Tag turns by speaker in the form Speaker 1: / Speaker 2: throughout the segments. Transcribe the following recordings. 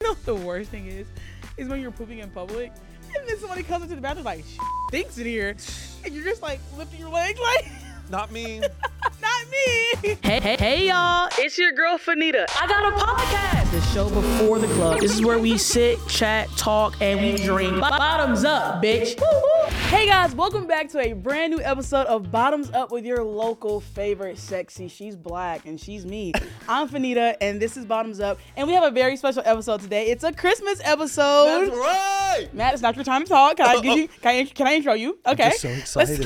Speaker 1: the worst thing is, is when you're pooping in public and then somebody comes into the bathroom like stinks in here, and you're just like lifting your leg like
Speaker 2: Not me.
Speaker 1: not me.
Speaker 3: Hey, hey, hey, y'all.
Speaker 1: It's your girl Fanita.
Speaker 3: I got a podcast. The show before the club. This is where we sit, chat, talk, and we drink. Bo- Bottoms up, bitch. Woo, woo.
Speaker 1: Hey guys, welcome back to a brand new episode of Bottoms Up with your local favorite sexy. She's black and she's me. I'm Fanita and this is Bottoms Up. And we have a very special episode today. It's a Christmas episode.
Speaker 2: That's right.
Speaker 1: Matt, it's not your time to talk. Can I give you? Can I, can I intro you? Okay.
Speaker 2: I'm so excited.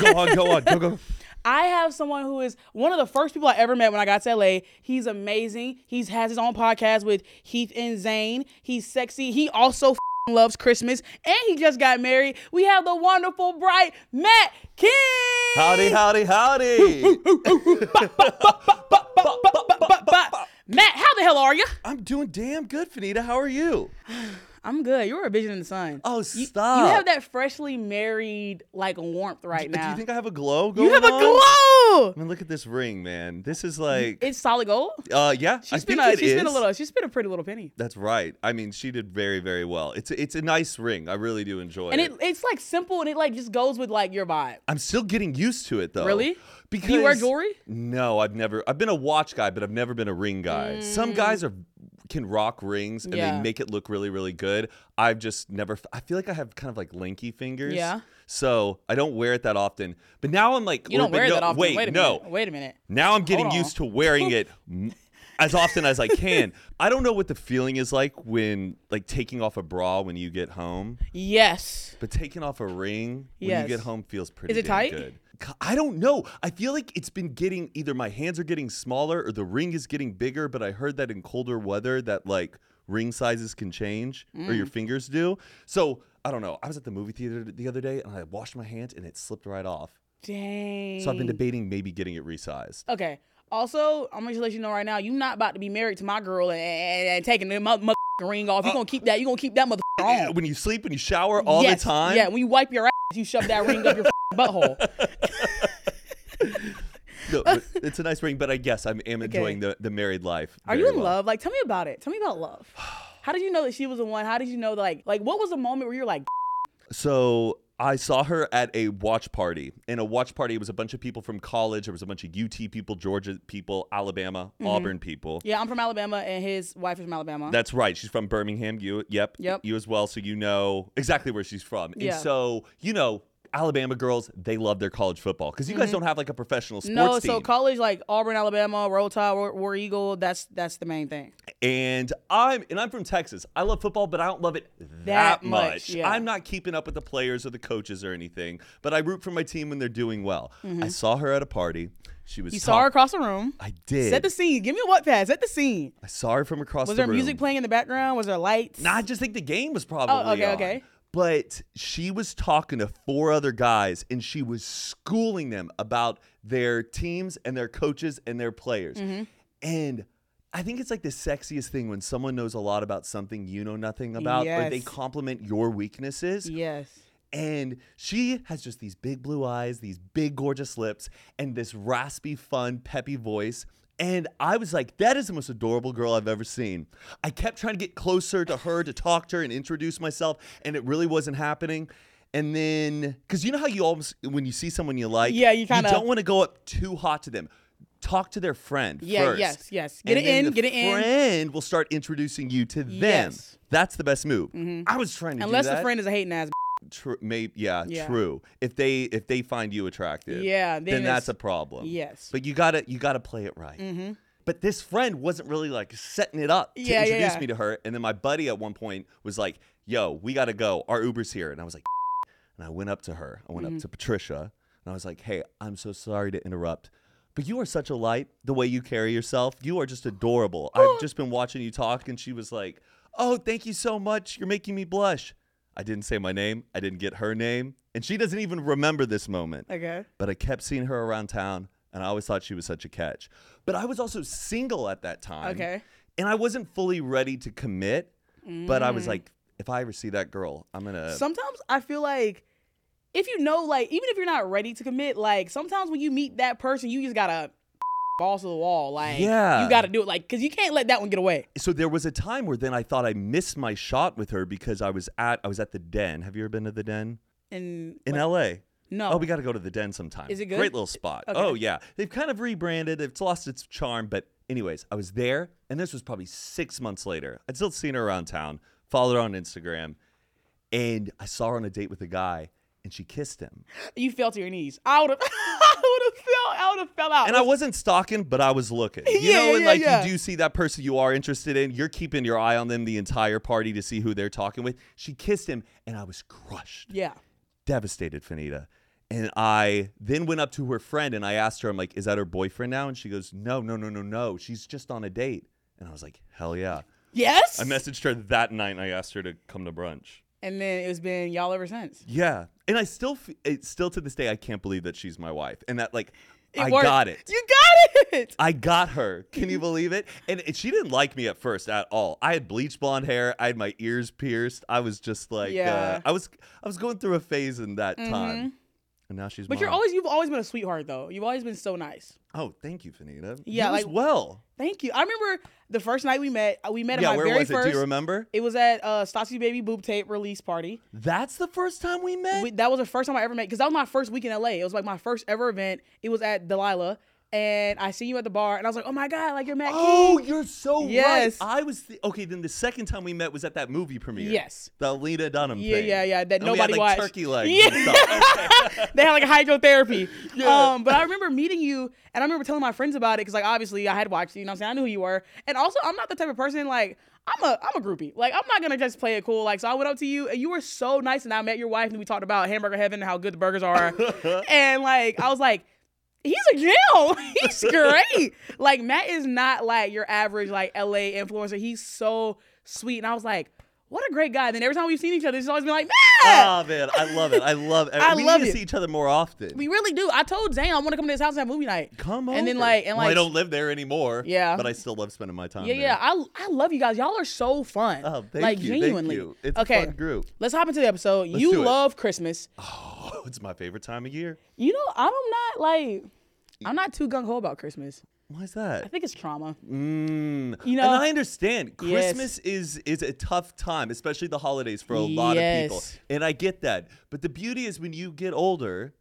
Speaker 2: go on, go on, go go.
Speaker 1: I have someone who is one of the first people I ever met when I got to LA. He's amazing. He has his own podcast with Heath and Zane. He's sexy. He also f***ing loves Christmas, and he just got married. We have the wonderful, bright Matt King.
Speaker 2: Howdy, howdy, howdy.
Speaker 1: Matt, how the hell are you?
Speaker 2: I'm doing damn good, Fanita. How are you?
Speaker 1: I'm good. You're a vision in the sun.
Speaker 2: Oh,
Speaker 1: You-
Speaker 2: stop.
Speaker 1: You have that freshly married like warmth right
Speaker 2: Do
Speaker 1: now.
Speaker 2: you think I have a glow going
Speaker 1: you have a
Speaker 2: on?
Speaker 1: glow.
Speaker 2: I mean, look at this ring, man. This is like,
Speaker 1: It's solid gold.
Speaker 2: uh, yeah. I
Speaker 1: She spent
Speaker 2: think
Speaker 1: a
Speaker 2: it
Speaker 1: she spent a
Speaker 2: is.
Speaker 1: little she spent a pretty little penny.
Speaker 2: That's right. I mean, she did very, very well. It's it's a nice ring. I really do enjoy
Speaker 1: And it, it's like simple and it like just goes with like your vibe.
Speaker 2: I'm still getting used to it though.
Speaker 1: Really?
Speaker 2: Because
Speaker 1: you wear jewelry?
Speaker 2: No, I've never. I've been a watch guy, but I've never been a ring guy. Some guys are can rock rings and
Speaker 1: Mm. Yeah.
Speaker 2: they make it look really, really good. I've just never. f- I feel like I have kind of like lanky fingers.
Speaker 1: Yeah.
Speaker 2: So I don't wear it that often. But now I'm like,
Speaker 1: You don't
Speaker 2: or- but
Speaker 1: wear it
Speaker 2: no,
Speaker 1: that often.
Speaker 2: Wait,
Speaker 1: a
Speaker 2: no.
Speaker 1: minute. Wait a minute.
Speaker 2: Now I'm getting
Speaker 1: Hold on.
Speaker 2: used to wearing it m- as often as I can. I don't know what the feeling is like when like taking off a bra when you get home.
Speaker 1: Yes.
Speaker 2: But taking off a ring when
Speaker 1: Yes.
Speaker 2: you get home feels pretty
Speaker 1: it
Speaker 2: damn
Speaker 1: tight?
Speaker 2: good. C- I don't know. I feel like it's been getting either my hands are getting smaller or the ring is getting bigger, but I heard that in colder weather that like ring sizes can change or
Speaker 1: Mm.
Speaker 2: your fingers do. So, I don't know. I was at the movie theater the other day and I washed my hands and it slipped right off.
Speaker 1: Dang.
Speaker 2: So I've been debating maybe getting it resized.
Speaker 1: Okay. Also, I'm gonna just let you know right now, you're not about to be married to my girl and, and, and taking the mother ring off. You're gonna keep that. You're gonna keep that mother on.
Speaker 2: When you sleep, when you shower Uh, all
Speaker 1: Yes.
Speaker 2: the time.
Speaker 1: Yeah. When you wipe your ass, you shove that ring up your butthole.
Speaker 2: No, but it's a nice ring, but I guess I am enjoying the, the married life.
Speaker 1: Are you
Speaker 2: very
Speaker 1: in
Speaker 2: well.
Speaker 1: love? Like, tell me about it. Tell me about love. How did you know that she was the one? How did you know, like, like what was the moment where you're like,
Speaker 2: So I saw her at a watch party. And a watch party was a bunch of people from college. There was a bunch of UT people, Georgia people, Alabama, Auburn people.
Speaker 1: Mm-hmm. yeah, I'm from Alabama and his wife is from Alabama.
Speaker 2: That's right. She's from Birmingham. You, yep.
Speaker 1: Yep.
Speaker 2: You as well. So you know exactly where she's from.
Speaker 1: Yeah.
Speaker 2: And so, you know, Alabama girls, they love their college football because you guys don't have like a professional sports
Speaker 1: Mm-hmm. no,
Speaker 2: team.
Speaker 1: so college like Auburn, Alabama, Roll Tide, War, War Eagle. That's that's the main thing.
Speaker 2: and I'm and I'm from Texas. I love football, but I don't love it that,
Speaker 1: much,
Speaker 2: much.
Speaker 1: yeah.
Speaker 2: I'm not keeping up with the players or the coaches or anything, but I root for my team when they're doing well. I saw her at a party. She was
Speaker 1: Mm-hmm. You saw her
Speaker 2: talk-
Speaker 1: across the room.
Speaker 2: I did.
Speaker 1: Set the scene. Give me a what pass. Set the scene.
Speaker 2: I saw her from across
Speaker 1: Was
Speaker 2: the
Speaker 1: there
Speaker 2: room.
Speaker 1: music playing in the background? Was there lights?
Speaker 2: Nah, I just think the game was probably
Speaker 1: Oh, okay,
Speaker 2: on.
Speaker 1: okay.
Speaker 2: But she was talking to four other guys and she was schooling them about their teams and their coaches and their players.
Speaker 1: Mm-hmm.
Speaker 2: And I think it's like the sexiest thing when someone knows a lot about something you know nothing about, or they
Speaker 1: Yes.
Speaker 2: compliment your weaknesses.
Speaker 1: Yes.
Speaker 2: And she has just these big blue eyes, these big gorgeous lips, and this raspy, fun, peppy voice. And I was like, that is the most adorable girl I've ever seen. I kept trying to get closer to her to talk to her and introduce myself, and it really wasn't happening. And then, because you know how you almost, when you see someone you like,
Speaker 1: Yeah, you kinda-
Speaker 2: don't want to go up too hot to them. Talk to their friend
Speaker 1: Yeah,
Speaker 2: first.
Speaker 1: yes, yes. Get
Speaker 2: And
Speaker 1: it in,
Speaker 2: then the
Speaker 1: get it in.
Speaker 2: Friend will start introducing you to them.
Speaker 1: Yes. Mm-hmm.
Speaker 2: That's the best move. I was trying to
Speaker 1: Unless
Speaker 2: do that
Speaker 1: the friend is a hating ass.
Speaker 2: true maybe yeah,
Speaker 1: Yeah.
Speaker 2: true if they if they find you attractive
Speaker 1: Yeah, then
Speaker 2: then, that's
Speaker 1: it's-
Speaker 2: a problem
Speaker 1: Yes. Mm-hmm.
Speaker 2: but you gotta you gotta play it right but this friend wasn't really like setting it up to
Speaker 1: Yeah, yeah,
Speaker 2: introduce
Speaker 1: yeah.
Speaker 2: me to her and then my buddy at one point was like yo we gotta go our uber's here and i was like and i went up to her i went
Speaker 1: Mm-hmm.
Speaker 2: up to patricia and i was like hey i'm so sorry to interrupt but you are such a light the way you carry yourself you are just adorable
Speaker 1: Oh.
Speaker 2: i've just been watching you talk and she was like oh thank you so much you're making me blush I didn't say my name. I didn't get her name. And she doesn't even remember this moment.
Speaker 1: Okay.
Speaker 2: But I kept seeing her around town and I always thought she was such a catch. But I was also single at that time.
Speaker 1: Okay.
Speaker 2: And I wasn't fully ready to commit. But I uh, was like, if I ever see that girl, I'm going to.
Speaker 1: Mm-hmm. Sometimes I feel like if you know, like, even if you're not ready to commit, like sometimes when you meet that person, you just gotta balls to the wall. Like,
Speaker 2: Yeah.
Speaker 1: you got to do it. Like, because you can't let that one get away.
Speaker 2: So there was a time where then I thought I missed my shot with her because I was at I was at the Den. Have you ever been to the Den
Speaker 1: And
Speaker 2: in L.A.?
Speaker 1: no,
Speaker 2: Oh, we got to go to the Den sometime.
Speaker 1: Is it good?
Speaker 2: Great little spot.
Speaker 1: Okay.
Speaker 2: Oh yeah, they've kind of rebranded. It's lost its charm, but anyways, I was there, and this was probably six months later. I'd still seen her around town, followed her on Instagram, and I saw her on a date with a guy, and she kissed him.
Speaker 1: you fell to your knees. I would have, I would have fell, I would have fell out.
Speaker 2: And I wasn't stalking, but I was looking. You
Speaker 1: Yeah,
Speaker 2: know,
Speaker 1: yeah,
Speaker 2: and
Speaker 1: yeah,
Speaker 2: like
Speaker 1: yeah.
Speaker 2: you do see that person you are interested in, you're keeping your eye on them the entire party to see who they're talking with. She kissed him, and I was crushed.
Speaker 1: yeah.
Speaker 2: devastated Fanita. And I then went up to her friend and I asked her, I'm like, is that her boyfriend now? And she goes, no, no, no, no, no. She's just on a date. And I was like, hell yeah.
Speaker 1: Yes.
Speaker 2: I messaged her that night and I asked her to come to brunch.
Speaker 1: and then it's been y'all ever since.
Speaker 2: Yeah. And I still, f- it's still to this day, I can't believe that she's my wife. And that, like,
Speaker 1: It
Speaker 2: I
Speaker 1: worked.
Speaker 2: got it.
Speaker 1: You got it.
Speaker 2: I got her. Can you believe it? And, and she didn't like me at first at all. I had bleach blonde hair. I had my ears pierced. I was just like,
Speaker 1: Yeah. Mm-hmm.
Speaker 2: uh, I was, I was going through a phase in that time. And now she's.
Speaker 1: But you're
Speaker 2: mine.
Speaker 1: always, you've always been a sweetheart though. You've always been so nice.
Speaker 2: Oh, thank you, Fanita.
Speaker 1: Yeah,
Speaker 2: you as
Speaker 1: like-
Speaker 2: well.
Speaker 1: Thank you. I remember the first night we met. uh, We met
Speaker 2: Yeah,
Speaker 1: at my
Speaker 2: where
Speaker 1: very
Speaker 2: was
Speaker 1: first.
Speaker 2: it? Do you remember?
Speaker 1: It was at uh, Stassi Baby Boob Tape release party.
Speaker 2: That's the first time we met.
Speaker 1: We, that was the first time I ever met because that was my first week in LA. It was like my first ever event. It was at Delilah, and I seen you at the bar, and I was like, "Oh my god, like you're Matt
Speaker 2: oh, you're so
Speaker 1: Yes.
Speaker 2: right. I was thi- okay. Then the second time we met was at that movie premiere.
Speaker 1: Yes.
Speaker 2: the Lena Dunham
Speaker 1: Yeah,
Speaker 2: thing.
Speaker 1: yeah, yeah, that
Speaker 2: And we had,
Speaker 1: nobody
Speaker 2: like,
Speaker 1: watched.
Speaker 2: Turkey legs.
Speaker 1: Yeah.
Speaker 2: and stuff.
Speaker 1: Key." they had like a hydrotherapy.
Speaker 2: Yeah.
Speaker 1: Um, but I remember meeting you, and I remember telling my friends about it because like obviously I had watched you. You know, what I'm saying I knew who you were, and also I'm not the type of person like. I'm a I'm a groupie. Like I'm not gonna just play it cool. Like so I went up to you and you were so nice and I met your wife and we talked about hamburger heaven and how good the burgers are. and like I was like, he's a gem. He's great. like Matt is not like your average like LA influencer. He's so sweet. And I was like, what a great guy. And then every time we've seen each other, he's always been like, Matt.
Speaker 2: oh man, I love it. I love. it.
Speaker 1: I
Speaker 2: we
Speaker 1: love
Speaker 2: need to
Speaker 1: it.
Speaker 2: see each other more often.
Speaker 1: we really do. I told Zane I want to come to his house and have movie night.
Speaker 2: Come on.
Speaker 1: And then like and like
Speaker 2: well, I don't live there anymore.
Speaker 1: Yeah.
Speaker 2: but I still love spending my time.
Speaker 1: yeah,
Speaker 2: there.
Speaker 1: yeah. I I love you guys. Y'all are so fun.
Speaker 2: Oh, thank
Speaker 1: like
Speaker 2: you.
Speaker 1: genuinely.
Speaker 2: Thank you. It's
Speaker 1: okay.
Speaker 2: a fun group.
Speaker 1: Let's hop into the episode.
Speaker 2: do
Speaker 1: you
Speaker 2: it.
Speaker 1: love Christmas.
Speaker 2: Oh, it's my favorite time of year.
Speaker 1: You know, I'm not like I'm not too gung ho about Christmas.
Speaker 2: Why is that?
Speaker 1: I think it's trauma.
Speaker 2: Mm.
Speaker 1: You know-
Speaker 2: and I understand
Speaker 1: Yes.
Speaker 2: Christmas is is a tough time, especially the holidays for a lot of people,
Speaker 1: Yes.
Speaker 2: and I get that. But the beauty is when you get older,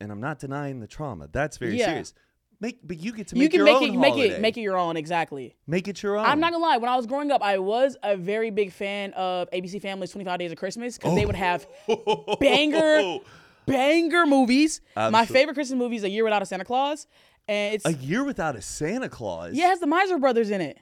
Speaker 2: and I'm not denying the trauma. That's very
Speaker 1: Yeah.
Speaker 2: serious. Make but you get to
Speaker 1: You
Speaker 2: make
Speaker 1: can
Speaker 2: your
Speaker 1: make
Speaker 2: own
Speaker 1: it make
Speaker 2: holiday.
Speaker 1: it make it your own, exactly.
Speaker 2: Make it your own.
Speaker 1: I'm not gonna lie. When I was growing up, I was a very big fan of ABC Family's 25 Days of Christmas because they would have banger, banger movies. My
Speaker 2: Oh. Absolute-
Speaker 1: favorite Christmas movie is A Year Without a Santa Claus, and it's
Speaker 2: a year without a Santa Claus.
Speaker 1: yeah, it has the Miser Brothers in it.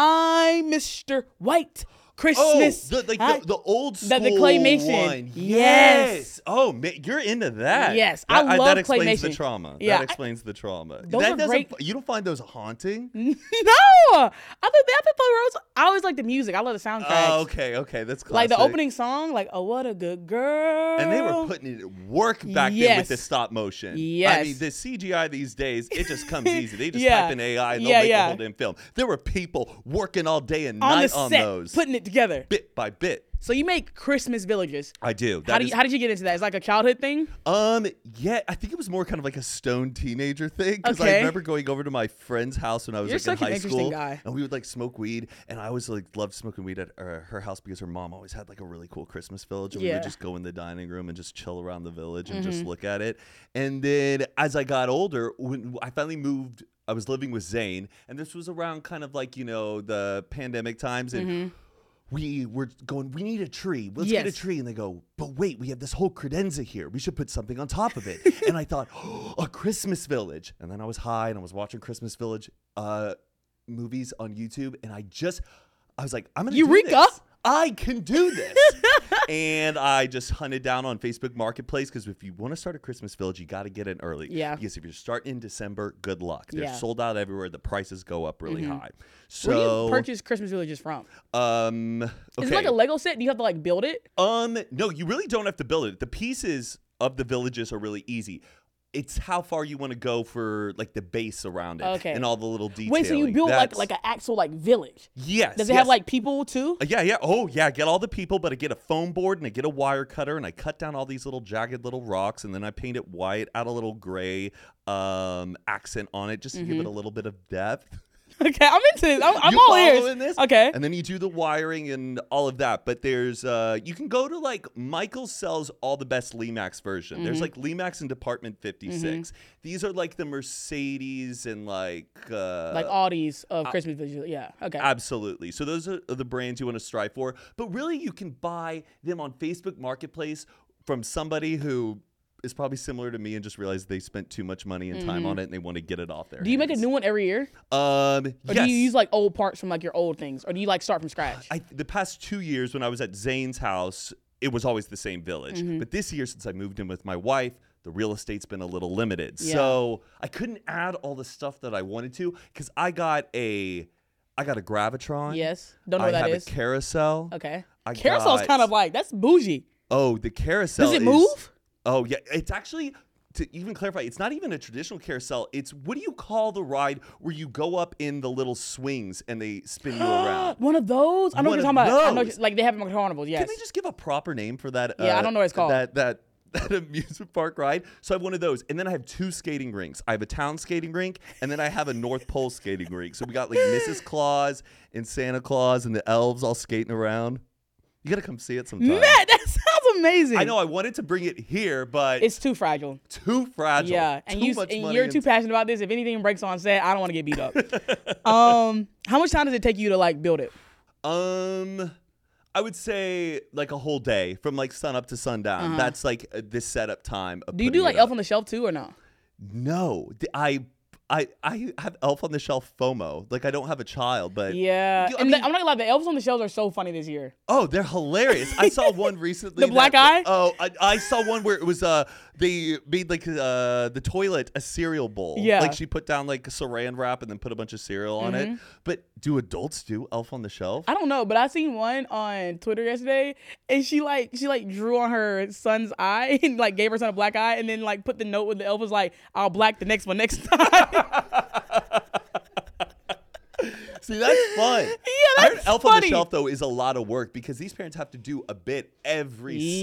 Speaker 1: I'm Mr. White. Christmas.
Speaker 2: Oh, the, like
Speaker 1: I-
Speaker 2: the, the old school
Speaker 1: the claymation.
Speaker 2: one.
Speaker 1: Yes.
Speaker 2: Yes. Oh, ma- you're into that.
Speaker 1: Yes,
Speaker 2: That-
Speaker 1: I love
Speaker 2: that explains the
Speaker 1: claymation.
Speaker 2: trauma.
Speaker 1: Yeah, I-
Speaker 2: that explains the trauma.
Speaker 1: Those
Speaker 2: that
Speaker 1: are
Speaker 2: doesn't.
Speaker 1: great-
Speaker 2: f- You don't find those haunting?
Speaker 1: no, I thought that the roads. I always like the music. I love the soundtrack.
Speaker 2: Oh, okay, okay, that's
Speaker 1: Like
Speaker 2: classic.
Speaker 1: the opening song, like "Oh, what a good girl,"
Speaker 2: And they were putting it at work back then
Speaker 1: Yes.
Speaker 2: with the stop motion.
Speaker 1: Yes.
Speaker 2: I mean, the CGI these days, it just comes easy. They just
Speaker 1: Yeah.
Speaker 2: type in AI and they'll
Speaker 1: Yeah,
Speaker 2: make
Speaker 1: yeah.
Speaker 2: a whole damn film. There were people working all day and
Speaker 1: on the
Speaker 2: night
Speaker 1: set,
Speaker 2: on those.
Speaker 1: putting it together.
Speaker 2: bit by bit.
Speaker 1: So you make Christmas villages.
Speaker 2: I do.
Speaker 1: How,
Speaker 2: That
Speaker 1: do
Speaker 2: is
Speaker 1: you, how did you get into that? It's like a childhood thing.
Speaker 2: Um, yeah, I think it was more kind of like a stone teenager thing because
Speaker 1: Okay.
Speaker 2: I remember going over to my friend's house when I was
Speaker 1: You're
Speaker 2: like, in
Speaker 1: such an
Speaker 2: high
Speaker 1: interesting
Speaker 2: school,
Speaker 1: guy.
Speaker 2: and we would like smoke weed, and I always like loved smoking weed at uh, her house because her mom always had like a really cool Christmas village, and we
Speaker 1: Yeah. Mm-hmm.
Speaker 2: would just go in the dining room and just chill around the village and just look at it. And then as I got older, when I finally moved. I was living with Zane, and this was around kind of like, you know, the pandemic times. And
Speaker 1: Mm-hmm.
Speaker 2: we were going, we need a tree. Let's get a
Speaker 1: Yes.
Speaker 2: tree. And they go, but wait, we have this whole credenza here. We should put something on top of it. and I thought, oh, a Christmas village. And then I was high and I was watching Christmas village uh, movies on YouTube. And I just, I was like, I'm going to
Speaker 1: Eureka!
Speaker 2: do this. I can do this. and I just hunted down on Facebook Marketplace because if you want to start a Christmas village, you got to get in early.
Speaker 1: Yeah.
Speaker 2: Because if you're starting in December, good luck. They're
Speaker 1: Yeah.
Speaker 2: sold out everywhere. The prices go up really high.
Speaker 1: Where do
Speaker 2: So,
Speaker 1: you purchase Christmas villages from?
Speaker 2: um, okay.
Speaker 1: Is it like a Lego set? Do you have to like build it?
Speaker 2: Um, no, you really don't have to build it. The pieces of the villages are really easy. it's how far you want to go for like the base around it
Speaker 1: Okay.
Speaker 2: and all the little details.
Speaker 1: Wait, so you built like like an actual like village?
Speaker 2: yes.
Speaker 1: Does it
Speaker 2: yes.
Speaker 1: have like people too?
Speaker 2: Uh, Yeah, yeah. Oh, yeah. I get all the people, but I get a foam board and I get a wire cutter and I cut down all these little jagged little rocks and then I paint it white, add a little gray um, accent on it just to give it a little bit of depth.
Speaker 1: Okay, I'm into this. Mm-hmm. I'm, I'm
Speaker 2: you
Speaker 1: all
Speaker 2: following
Speaker 1: ears.
Speaker 2: this?
Speaker 1: Okay.
Speaker 2: And then you do the wiring and all of that. But there's, uh, you can go to like, Michael sells all the best Lemax version.
Speaker 1: Mm-hmm.
Speaker 2: There's like Lemax and Department 56. These are like the Mercedes and like, uh,
Speaker 1: like all these of Christmas visual. Yeah. Okay.
Speaker 2: Absolutely. So those are the brands you want to strive for. But really, you can buy them on Facebook Marketplace from somebody who is probably similar to me and just realized they spent too much money and time on it and they want to get it off there.
Speaker 1: Mm-hmm. do you make a new one every year?
Speaker 2: Um,
Speaker 1: Or
Speaker 2: yes.
Speaker 1: do you use like old parts from like your old things? Or do you like start from scratch?
Speaker 2: I, the past two years when I was at Zane's house, it was always the same village.
Speaker 1: Mm-hmm.
Speaker 2: But this year, since I moved in with my wife, the real estate's been a little limited.
Speaker 1: Yeah.
Speaker 2: So I couldn't add all the stuff that I wanted to because I got a, I got a Gravitron.
Speaker 1: yes. Don't know
Speaker 2: I
Speaker 1: what that
Speaker 2: have
Speaker 1: is.
Speaker 2: a carousel.
Speaker 1: okay.
Speaker 2: I
Speaker 1: Carousel's
Speaker 2: got-
Speaker 1: kind of like that's bougie.
Speaker 2: Oh, the carousel.
Speaker 1: Does it
Speaker 2: is-
Speaker 1: move?
Speaker 2: Oh yeah, it's actually to even clarify, it's not even a traditional carousel. It's what do you call the ride where you go up in the little swings and they spin you around?
Speaker 1: One of those? I know what
Speaker 2: One
Speaker 1: you're
Speaker 2: of
Speaker 1: talking about. I know,
Speaker 2: those.
Speaker 1: like they have them at carnivals. Yes.
Speaker 2: Can they just give a proper name for that? uh,
Speaker 1: Yeah, I don't know what it's called.
Speaker 2: That that that amusement park ride. So I have one of those, and then I have two skating rinks. I have a town skating rink, and then I have a North Pole skating rink. So we got like Mrs. Claus and Santa Claus and the elves all skating around. You gotta come see it sometime.
Speaker 1: Matt, that sounds amazing.
Speaker 2: I know I wanted to bring it here, but
Speaker 1: It's too fragile.
Speaker 2: too fragile.
Speaker 1: Yeah, and
Speaker 2: too
Speaker 1: you
Speaker 2: much
Speaker 1: and
Speaker 2: money
Speaker 1: you're
Speaker 2: and-
Speaker 1: too passionate about this. If anything breaks on set, I don't want to get beat up. um, how much time does it take you to like build it?
Speaker 2: Um, I would say like a whole day from like sun up to sundown. That's like uh, the setup time. Of
Speaker 1: Uh-huh. Do you
Speaker 2: putting
Speaker 1: do like
Speaker 2: it up.
Speaker 1: Elf on the Shelf too or no?
Speaker 2: No, D- I. I, I have Elf on the Shelf FOMO. Like I don't have a child, but
Speaker 1: Yeah,
Speaker 2: You- I
Speaker 1: and the-
Speaker 2: mean-
Speaker 1: I'm not gonna lie, the elves on the shelves are so funny this year.
Speaker 2: oh, they're hilarious. I saw one recently.
Speaker 1: The black
Speaker 2: that-
Speaker 1: eye?
Speaker 2: Oh, I, I saw one where it was uh they made like uh the toilet a cereal bowl.
Speaker 1: Yeah.
Speaker 2: like she put down like saran wrap and then put a bunch of cereal on it. But do adults do Elf on the Shelf?
Speaker 1: Mm-hmm. I don't know, but I seen one on Twitter yesterday, and she like she like drew on her son's eye and like gave her son a black eye, and then like put the note with the elf was like, "I'll black the next one next time."
Speaker 2: See, that's fun. yeah, I heard
Speaker 1: that's
Speaker 2: Elf on the
Speaker 1: funny.
Speaker 2: Shelf though is a lot of work because these parents have to do a bit every
Speaker 1: Yes.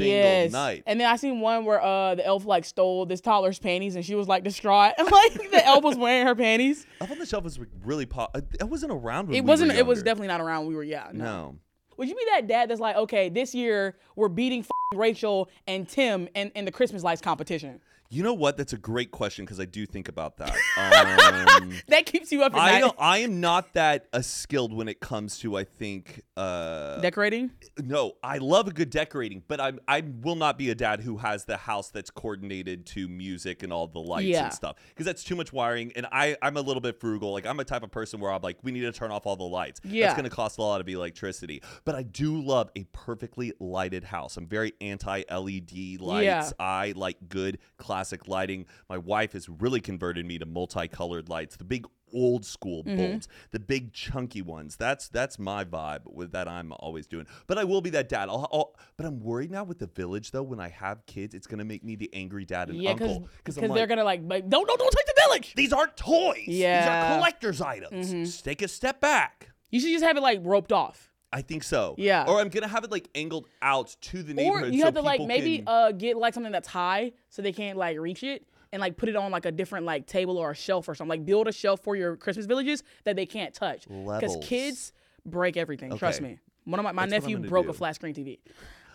Speaker 2: single night.
Speaker 1: And then I seen one where uh the elf like stole this toddler's panties, and she was like distraught, and like the elf was wearing her panties.
Speaker 2: Elf on the Shelf was really pop. It wasn't around when
Speaker 1: It
Speaker 2: we
Speaker 1: wasn't.
Speaker 2: Were
Speaker 1: It was
Speaker 2: younger.
Speaker 1: definitely not around. when We were yeah. No.
Speaker 2: no.
Speaker 1: Would you be that dad that's like, okay, this year we're beating f***ing Rachel and Tim in, in the Christmas lights competition?
Speaker 2: You know what? That's a great question because I do think about that. Um,
Speaker 1: That keeps you up at
Speaker 2: I
Speaker 1: night.
Speaker 2: don't, I am not that uh, skilled when it comes to I think uh,
Speaker 1: Decorating.
Speaker 2: no I love a good decorating but I I will not be a dad who has the house that's coordinated to music and all the lights
Speaker 1: Yeah.
Speaker 2: and stuff because that's too much wiring and I I'm a little bit frugal like I'm a type of person where I'm like we need to turn off all the lights
Speaker 1: Yeah.
Speaker 2: that's gonna cost a lot of electricity but I do love a perfectly lighted house I'm very anti LED lights
Speaker 1: Yeah.
Speaker 2: I like good classic lighting. My wife has really converted me to multicolored lights, the big old school
Speaker 1: Mm-hmm.
Speaker 2: bulbs, the big chunky ones. That's that's my vibe with that I'm always doing. But I will be that dad. I'll, I'll, but I'm worried now with the village though. When I have kids, it's gonna make me the angry dad and
Speaker 1: Yeah, because
Speaker 2: uncle
Speaker 1: because
Speaker 2: I'm like,
Speaker 1: they're gonna like, like, don't don't don't take the village.
Speaker 2: these aren't toys. These
Speaker 1: Yeah. Mm-hmm.
Speaker 2: are collector's items. Just take a step back.
Speaker 1: You should just have it like roped off.
Speaker 2: I think so.
Speaker 1: Yeah.
Speaker 2: Or I'm gonna have it like angled out to the
Speaker 1: Or
Speaker 2: neighborhood.
Speaker 1: you
Speaker 2: so
Speaker 1: have to like
Speaker 2: people
Speaker 1: maybe
Speaker 2: can-
Speaker 1: uh get like something that's high so they can't like reach it and like put it on like a different like table or a shelf or something. Like build a shelf for your Christmas villages that they can't touch. Because
Speaker 2: Levels.
Speaker 1: kids break everything. Trust
Speaker 2: Okay.
Speaker 1: me. One of my, my
Speaker 2: That's what I'm
Speaker 1: nephew
Speaker 2: gonna
Speaker 1: broke
Speaker 2: do.
Speaker 1: a flat screen TV.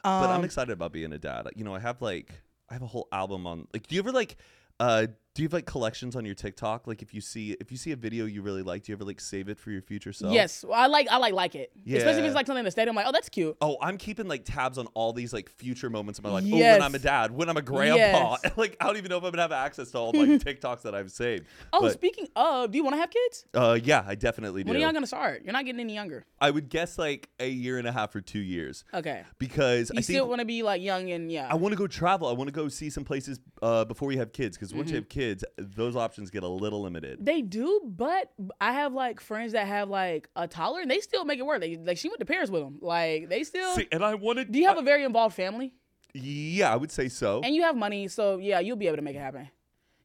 Speaker 2: but
Speaker 1: Um,
Speaker 2: I'm excited about being a dad. You know, I have like I have a whole album on like do you ever like uh do you have like collections on your TikTok? Like if you see if you see a video you really like, do you ever like save it for your future self?
Speaker 1: Yes, well, I like I like like it. Especially if
Speaker 2: Oh. Yeah.
Speaker 1: it's like something in the stadium. I'm like, oh, that's cute.
Speaker 2: Oh, I'm keeping like tabs on all these like future moments of my life. Oh,
Speaker 1: Yes.
Speaker 2: when I'm a dad, when I'm a grandpa.
Speaker 1: Yes.
Speaker 2: like I don't even know if I'm gonna have access to all my TikToks that I've saved.
Speaker 1: Oh,
Speaker 2: but,
Speaker 1: speaking of, do you want to have kids?
Speaker 2: uh, yeah, I definitely do.
Speaker 1: When are y'all gonna start? You're not getting any younger.
Speaker 2: I would guess like a year and a half or two years
Speaker 1: Okay.
Speaker 2: because
Speaker 1: You
Speaker 2: I
Speaker 1: still
Speaker 2: think
Speaker 1: want to be like young and yeah.
Speaker 2: I want to go travel. I want to go see some places uh, before we have kids. Because once
Speaker 1: Mm-hmm.
Speaker 2: you have kids, those options get a little limited.
Speaker 1: They do, but I have like friends that have like a toddler and they still make it work. They like she went to Paris with them. Like they still.
Speaker 2: See, and I wanted.
Speaker 1: do you have a very involved family?
Speaker 2: yeah, I would say so.
Speaker 1: And you have money, so yeah, you'll be able to make it happen.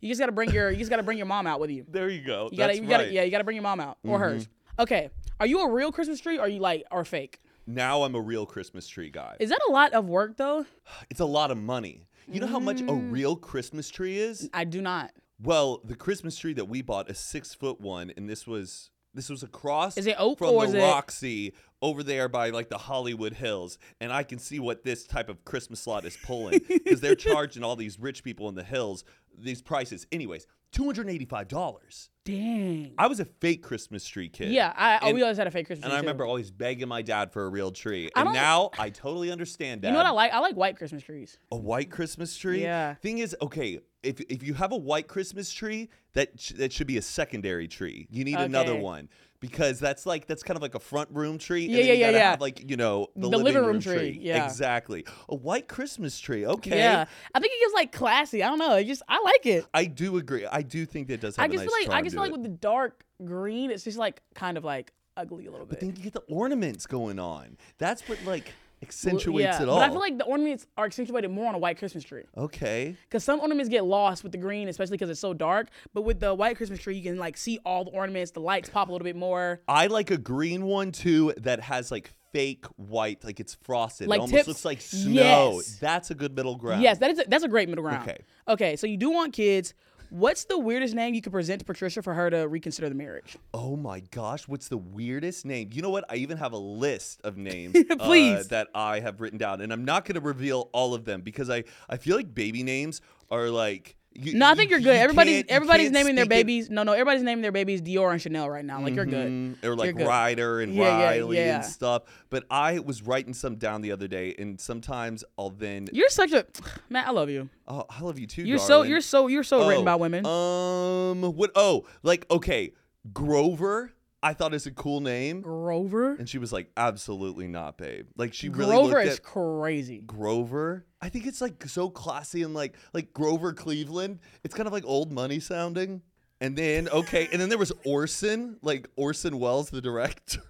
Speaker 1: You just gotta bring your you just gotta bring your mom out with you.
Speaker 2: There you go.
Speaker 1: You gotta
Speaker 2: That's
Speaker 1: you gotta
Speaker 2: right. Mm-hmm.
Speaker 1: yeah, you gotta bring your mom out. Or hers. Okay. Are you a real Christmas tree or are you like or fake?
Speaker 2: Now I'm a real Christmas tree guy.
Speaker 1: Is that a lot of work though?
Speaker 2: It's a lot of money. You know how much a
Speaker 1: Mm.
Speaker 2: real Christmas tree is?
Speaker 1: I do not.
Speaker 2: Well, the Christmas tree that we bought, a six foot one, and this was this was across
Speaker 1: Is it oak
Speaker 2: from
Speaker 1: or
Speaker 2: the
Speaker 1: is it-
Speaker 2: Roxy over there by like the Hollywood Hills, and I can see what this type of Christmas lot is pulling because they're charging all these rich people in the hills these prices. Anyways, two hundred eighty five dollars.
Speaker 1: Dang.
Speaker 2: I was a fake Christmas tree kid.
Speaker 1: Yeah, I oh,
Speaker 2: And-
Speaker 1: we always had a fake Christmas
Speaker 2: and
Speaker 1: tree.
Speaker 2: I
Speaker 1: too.
Speaker 2: remember always begging my dad for a real tree,
Speaker 1: I
Speaker 2: and
Speaker 1: don't-
Speaker 2: now I totally understand that.
Speaker 1: You know what I like? I like white Christmas trees.
Speaker 2: A white Christmas tree.
Speaker 1: Yeah.
Speaker 2: Thing is, okay, if if you have a white Christmas tree, that sh- that should be a secondary tree. You need another
Speaker 1: Okay.
Speaker 2: one because that's like that's kind of like a front room tree.
Speaker 1: Yeah,
Speaker 2: and then
Speaker 1: yeah,
Speaker 2: you
Speaker 1: yeah,
Speaker 2: gotta
Speaker 1: yeah.
Speaker 2: Have like you know the,
Speaker 1: The living room tree, yeah.
Speaker 2: Exactly. A white Christmas tree. Okay.
Speaker 1: Yeah. I think it gets like classy. I don't know. It just I like it.
Speaker 2: I do agree. I do think that does have
Speaker 1: I just
Speaker 2: a nice
Speaker 1: feel like I
Speaker 2: charm
Speaker 1: just
Speaker 2: to
Speaker 1: feel like
Speaker 2: it.
Speaker 1: with the dark green, it's just like kind of like ugly a little bit.
Speaker 2: Then you get the ornaments going on. That's what like
Speaker 1: Well,
Speaker 2: accentuates
Speaker 1: yeah,
Speaker 2: it all.
Speaker 1: But I feel like the ornaments are accentuated more on a white Christmas tree.
Speaker 2: okay.
Speaker 1: Because some ornaments get lost with the green, especially because it's so dark. But with the white Christmas tree, you can like see all the ornaments. The lights pop a little bit more.
Speaker 2: I like a green one too that has like fake white, like it's frosted.
Speaker 1: Like
Speaker 2: it almost
Speaker 1: tips?
Speaker 2: looks like snow.
Speaker 1: Yes.
Speaker 2: That's a good middle ground.
Speaker 1: Yes, that is a, that's a great middle ground.
Speaker 2: Okay.
Speaker 1: Okay. So you do want kids. What's the weirdest name you could present to Patricia for her to reconsider the marriage?
Speaker 2: Oh my gosh, what's the weirdest name? You know what? I even have a list of names uh,
Speaker 1: Please.
Speaker 2: that I have written down, and I'm not going to reveal all of them because I I feel like baby names are like. You,
Speaker 1: No, I
Speaker 2: you-
Speaker 1: think you're
Speaker 2: you
Speaker 1: good. Everybody's
Speaker 2: can't- you
Speaker 1: everybody's
Speaker 2: can't
Speaker 1: naming their
Speaker 2: speak it-
Speaker 1: babies. No, no, everybody's naming their babies Dior and Chanel right now. Like you're good.
Speaker 2: Mm, Or like
Speaker 1: good.
Speaker 2: Ryder and
Speaker 1: Yeah, yeah,
Speaker 2: Riley
Speaker 1: yeah.
Speaker 2: and stuff. But I was writing some down the other day, and sometimes I'll then.
Speaker 1: You're such a man. I love you.
Speaker 2: Oh, I love you too.
Speaker 1: You're so
Speaker 2: darling.
Speaker 1: you're so you're so written
Speaker 2: Oh,
Speaker 1: by women.
Speaker 2: Um, what? Oh, like okay, Grover. I thought is a cool name,
Speaker 1: Grover.
Speaker 2: and she was like, "Absolutely not, babe." Like she really
Speaker 1: Grover
Speaker 2: looked
Speaker 1: is
Speaker 2: at
Speaker 1: crazy.
Speaker 2: Grover. I think it's like so classy and like like Grover Cleveland. It's kind of like old money sounding. And then okay, and then there was Orson, like Orson Welles, the director.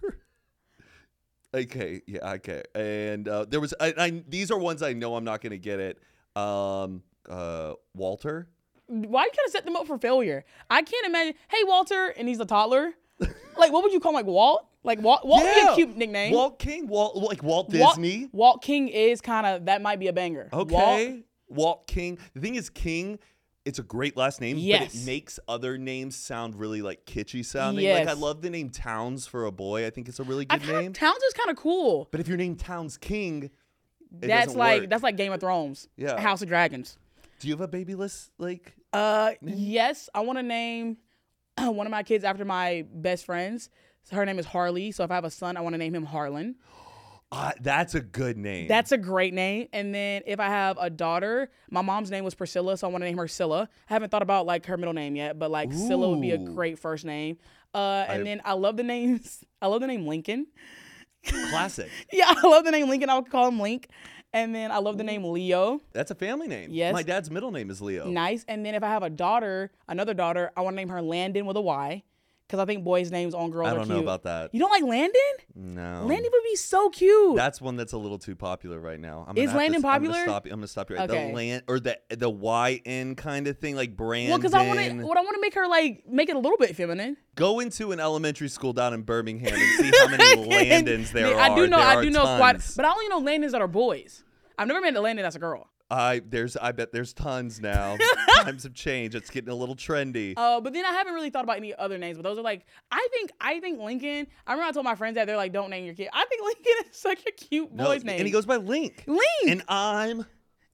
Speaker 2: okay, yeah, okay. And uh, there was I, I. These are ones I know I'm not gonna get it. Um, uh, Walter.
Speaker 1: Why you kind of set them up for failure? I can't imagine. Hey, Walter, and he's a toddler. like, what would you call him? Like Walt? Like Walt? Walt would be a cute nickname.
Speaker 2: Walt King, Walt like Walt
Speaker 1: Walt-
Speaker 2: Disney.
Speaker 1: Walt King is kind of that might be a banger. Walt-
Speaker 2: okay. Walt. King. The thing is King it's a great last name, but
Speaker 1: Yes.
Speaker 2: it makes other names sound really like kitschy sounding. Like
Speaker 1: Yes.
Speaker 2: I love the name Towns for a boy. I think it's a really
Speaker 1: I
Speaker 2: good
Speaker 1: kind
Speaker 2: name.
Speaker 1: of Towns is kind of cool.
Speaker 2: but if your name Towns King, it
Speaker 1: that's
Speaker 2: doesn't
Speaker 1: like
Speaker 2: work.
Speaker 1: that's like Game of Thrones.
Speaker 2: Yeah.
Speaker 1: House of Dragons.
Speaker 2: Do you have a baby list? Like
Speaker 1: Uh,
Speaker 2: Mm-hmm.
Speaker 1: yes, I want to name one of my kids after my best friends. So her name is Harley. So if I have a son, I want to name him Harlan.
Speaker 2: ah, that's a good name.
Speaker 1: That's a great name. And then if I have a daughter, my mom's name was Priscilla, so I want to name her Scylla. I haven't thought about like her middle name yet, but like Scylla would be a
Speaker 2: Ooh.
Speaker 1: great first name. Uh, and
Speaker 2: I-
Speaker 1: then I love the names. I love the name Lincoln.
Speaker 2: classic.
Speaker 1: Yeah, I love the name Lincoln. I would call him Link. And then I love the name Leo.
Speaker 2: That's a family name.
Speaker 1: Yes.
Speaker 2: My dad's middle name is Leo.
Speaker 1: Nice. And then if I have a daughter, another daughter, I want to name her Landon with a Y, because I think boys' names on girls
Speaker 2: I
Speaker 1: are
Speaker 2: don't know
Speaker 1: cute.
Speaker 2: about that. Oh.
Speaker 1: You don't like Landon?
Speaker 2: No.
Speaker 1: Landon would be so cute.
Speaker 2: That's one that's a little too popular right now. I'm
Speaker 1: Is
Speaker 2: gonna have to
Speaker 1: Landon
Speaker 2: s- I'm gonna
Speaker 1: popular?
Speaker 2: stop- I'm gonna stop you. Right.
Speaker 1: Okay.
Speaker 2: The land or the the YN kind of thing, like Brandon.
Speaker 1: well, because I want to, what I want to make her like, make it a little bit feminine.
Speaker 2: go into an elementary school down in Birmingham and see how many
Speaker 1: And
Speaker 2: Landons there are.
Speaker 1: I do know,
Speaker 2: There
Speaker 1: I
Speaker 2: are
Speaker 1: do know quite,
Speaker 2: tons.
Speaker 1: but I only know Landons that are boys. I've never met a Landon that's a girl.
Speaker 2: I there's I bet there's tons now. Times have changed. It's getting a little trendy.
Speaker 1: Uh, but then I haven't really thought about any other names. But those are like, I think, I think Lincoln. I remember I told my friends that they're like, don't name your kid. I think Lincoln is such a cute
Speaker 2: No,
Speaker 1: boy's name.
Speaker 2: and he goes by Link.
Speaker 1: Link.
Speaker 2: And I'm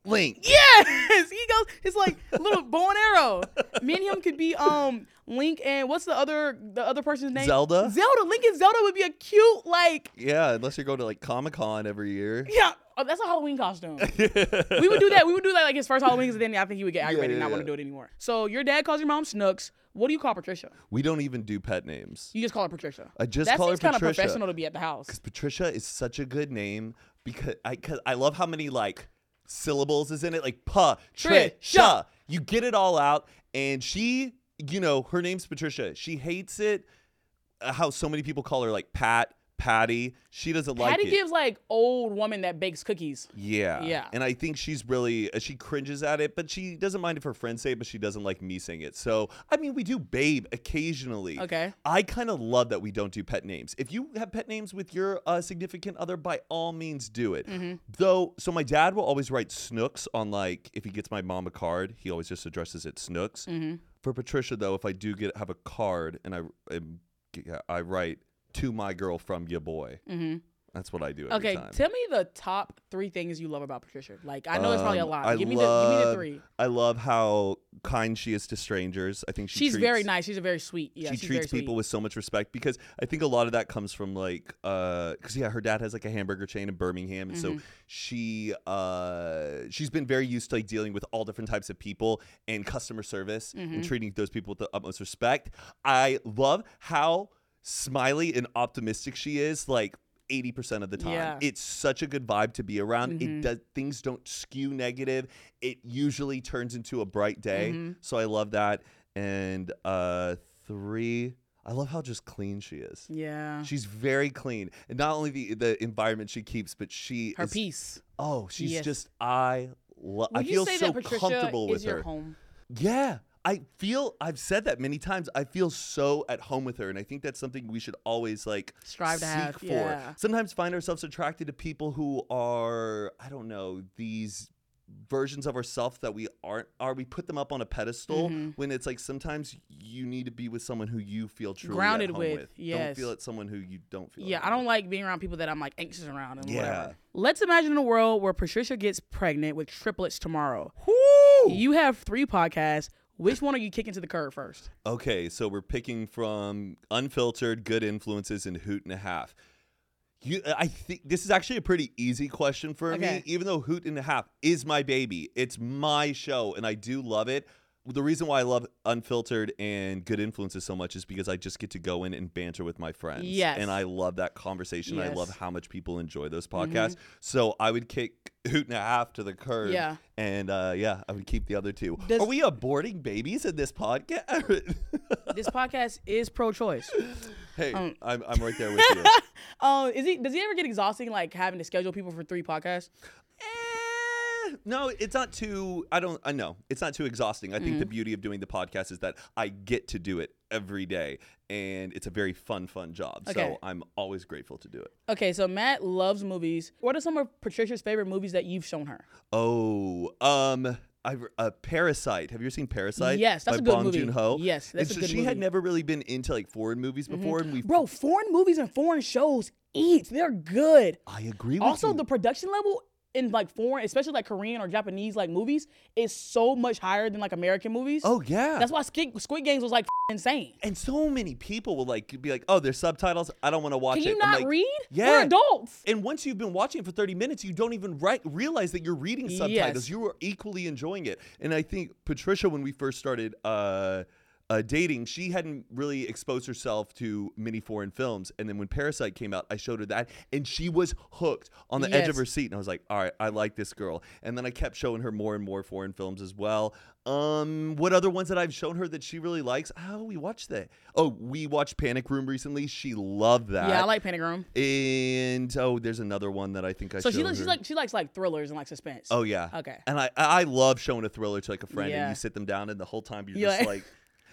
Speaker 2: Link.
Speaker 1: Yes, he goes. It's like little bow and arrow. Me and him could be um Link and what's the other the other person's name?
Speaker 2: Zelda?
Speaker 1: Zelda. Link and Zelda would be a cute like
Speaker 2: Yeah, unless you're going to like Comic Con every year.
Speaker 1: yeah. Oh, that's a Halloween costume. we would do that. We would do that like his first Halloween, and then I think he would get aggravated and
Speaker 2: yeah,
Speaker 1: not want
Speaker 2: yeah.
Speaker 1: to do it anymore. So your dad calls your mom Snooks. What do you call Patricia?
Speaker 2: We don't even do pet names.
Speaker 1: You just call her Patricia.
Speaker 2: I just
Speaker 1: that
Speaker 2: call her
Speaker 1: seems kind of
Speaker 2: Patricia.
Speaker 1: professional to be at the house.
Speaker 2: Patricia is such a good name because I cause I love how many like syllables is in it. Like pa
Speaker 1: Trisha.
Speaker 2: Trisha. You get it all out. And she, you know, her name's Patricia. She hates it uh, how so many people call her like Pat, Patty, she doesn't like
Speaker 1: Patty
Speaker 2: it.
Speaker 1: gives like old woman that bakes cookies.
Speaker 2: yeah.
Speaker 1: Yeah.
Speaker 2: And I think she's really, uh, she cringes at it, but she doesn't mind if her friends say it, but she doesn't like me saying it. So, I mean, we do babe occasionally.
Speaker 1: Okay.
Speaker 2: I kind of love that we don't do pet names. If you have pet names with your uh, significant other, by all means do it.
Speaker 1: Mm-hmm.
Speaker 2: Though, so my dad will always write Snooks on like, if he gets my mom a card, he always just addresses it Snooks.
Speaker 1: Mm-hmm.
Speaker 2: For Patricia, though, if I do get have a card and I, am- yeah, I write to my girl from your boy, that's what I do every
Speaker 1: Mm-hmm. Okay,
Speaker 2: time.
Speaker 1: tell me the top three things you love about Patricia. Like I know there's probably a
Speaker 2: Um,
Speaker 1: lot.
Speaker 2: I
Speaker 1: give me the give me the
Speaker 2: love-
Speaker 1: three.
Speaker 2: I love how kind she is to strangers. I think she
Speaker 1: she's very
Speaker 2: treats-
Speaker 1: nice. She's a very sweet. Yeah,
Speaker 2: she
Speaker 1: she's
Speaker 2: treats
Speaker 1: very
Speaker 2: people
Speaker 1: sweet.
Speaker 2: with so much respect because I think a lot of that comes from like uh cuz yeah her dad has like a hamburger chain in Birmingham and
Speaker 1: Mm-hmm.
Speaker 2: so she uh she's been very used to like dealing with all different types of people and customer service
Speaker 1: Mm-hmm.
Speaker 2: and treating those people with the utmost respect. I love how smiley and optimistic she is like 80% of the time.
Speaker 1: Yeah. Mm-hmm.
Speaker 2: It's such a good vibe to be around. It does things don't skew negative. It usually turns into a bright day.
Speaker 1: Mm-hmm.
Speaker 2: So I love that. And uh three, I love how just clean she is.
Speaker 1: yeah,
Speaker 2: She's very clean. And not only the the environment she keeps, but she
Speaker 1: her
Speaker 2: is,
Speaker 1: peace.
Speaker 2: Oh, she's
Speaker 1: Yes.
Speaker 2: just I love I
Speaker 1: Would you
Speaker 2: feel
Speaker 1: say
Speaker 2: so
Speaker 1: that Patricia
Speaker 2: comfortable
Speaker 1: is
Speaker 2: with
Speaker 1: your
Speaker 2: her.
Speaker 1: home?
Speaker 2: Yeah. I feel I've said that many times. I feel so at home with her, and I think that's something we should always like
Speaker 1: Strive to
Speaker 2: seek
Speaker 1: have,
Speaker 2: for.
Speaker 1: yeah.
Speaker 2: Sometimes find ourselves attracted to people who are I don't know these versions of ourselves that we aren't are we put them up on a pedestal
Speaker 1: Mm-hmm.
Speaker 2: when it's like sometimes you need to be with someone who you feel truly at
Speaker 1: Grounded
Speaker 2: home
Speaker 1: with,
Speaker 2: with,
Speaker 1: yes.
Speaker 2: don't feel it someone who you don't feel at
Speaker 1: Yeah, I
Speaker 2: home
Speaker 1: don't like being around people that I'm like anxious around and
Speaker 2: Yeah.
Speaker 1: whatever. Let's imagine a world where Patricia gets pregnant with triplets tomorrow.
Speaker 2: with.
Speaker 1: You have three podcasts. Which one are you kicking to the curb first?
Speaker 2: Okay, so we're picking from unfiltered good influences and hoot and a half. You, I think this is actually a pretty easy question for
Speaker 1: Okay.
Speaker 2: me, even though hoot and a half is my baby. It's my show, and I do love it. The reason why I love unfiltered and good influences so much is because I just get to go in and banter with my friends.
Speaker 1: Yes.
Speaker 2: and I love that conversation. I
Speaker 1: Yes.
Speaker 2: love how much people enjoy those podcasts. So I would kick hoot and a half to the curb.
Speaker 1: Mm-hmm. Yeah.
Speaker 2: and uh, yeah, I would keep the other two.
Speaker 1: Does-
Speaker 2: Are we aborting babies in this podcast?
Speaker 1: This podcast is pro-choice.
Speaker 2: Hey, I'm, I'm right there with you.
Speaker 1: Um, is he? Does he ever get exhausting? Like having to schedule people for three podcasts?
Speaker 2: Eh, no, it's not too. I don't. I know it's not too exhausting. I think
Speaker 1: Mm.
Speaker 2: the beauty of doing the podcast is that I get to do it every day, and it's a very fun, fun job.
Speaker 1: Okay.
Speaker 2: So I'm always grateful to do it.
Speaker 1: Okay, so Matt loves movies. What are some of Patricia's favorite movies that you've shown her?
Speaker 2: Oh, um, I uh, Parasite. Have you ever seen Parasite?
Speaker 1: Yes, that's
Speaker 2: by
Speaker 1: a good
Speaker 2: Bong
Speaker 1: movie.
Speaker 2: Joon-ho.
Speaker 1: Yes, that's
Speaker 2: And
Speaker 1: a
Speaker 2: so
Speaker 1: good
Speaker 2: She had
Speaker 1: movie. Mm-hmm.
Speaker 2: never really been into like foreign movies before, and we.
Speaker 1: Bro, foreign movies and foreign shows eat. They're good.
Speaker 2: I agree with
Speaker 1: Also,
Speaker 2: you.
Speaker 1: the production level in like foreign, especially like Korean or Japanese like movies, is so much higher than like American movies.
Speaker 2: oh yeah.
Speaker 1: That's why Squid, Squid Games was like insane.
Speaker 2: and so many people will like be like, "Oh, there's subtitles. I don't want to watch
Speaker 1: Can
Speaker 2: it."
Speaker 1: you
Speaker 2: I'm
Speaker 1: not
Speaker 2: like,
Speaker 1: read? We're
Speaker 2: Yeah.
Speaker 1: adults.
Speaker 2: And once you've been watching it for 30 minutes, you don't even ri- realize that you're reading subtitles.
Speaker 1: Yes.
Speaker 2: You are equally enjoying it. And I think Patricia, when we first started uh, uh, dating, she hadn't really exposed herself to many foreign films. And then when Parasite came out, I showed her that, and she was hooked on the edge
Speaker 1: Yes.
Speaker 2: of her seat. And I was like, all right, I like this girl. And then I kept showing her more and more foreign films as well. Um, what other ones that I've shown her that she really likes? Oh, we watched that. Oh, we watched Panic Room recently. She loved that.
Speaker 1: Yeah, I like Panic Room.
Speaker 2: And oh, there's another one that I think I.
Speaker 1: So she
Speaker 2: showed
Speaker 1: likes, she's
Speaker 2: her.
Speaker 1: like she likes like thrillers and like suspense.
Speaker 2: Oh yeah.
Speaker 1: Okay.
Speaker 2: And I I I love showing a thriller to like a friend,
Speaker 1: Yeah.
Speaker 2: and you sit them down, and the whole time you're
Speaker 1: You're
Speaker 2: just
Speaker 1: like-
Speaker 2: like.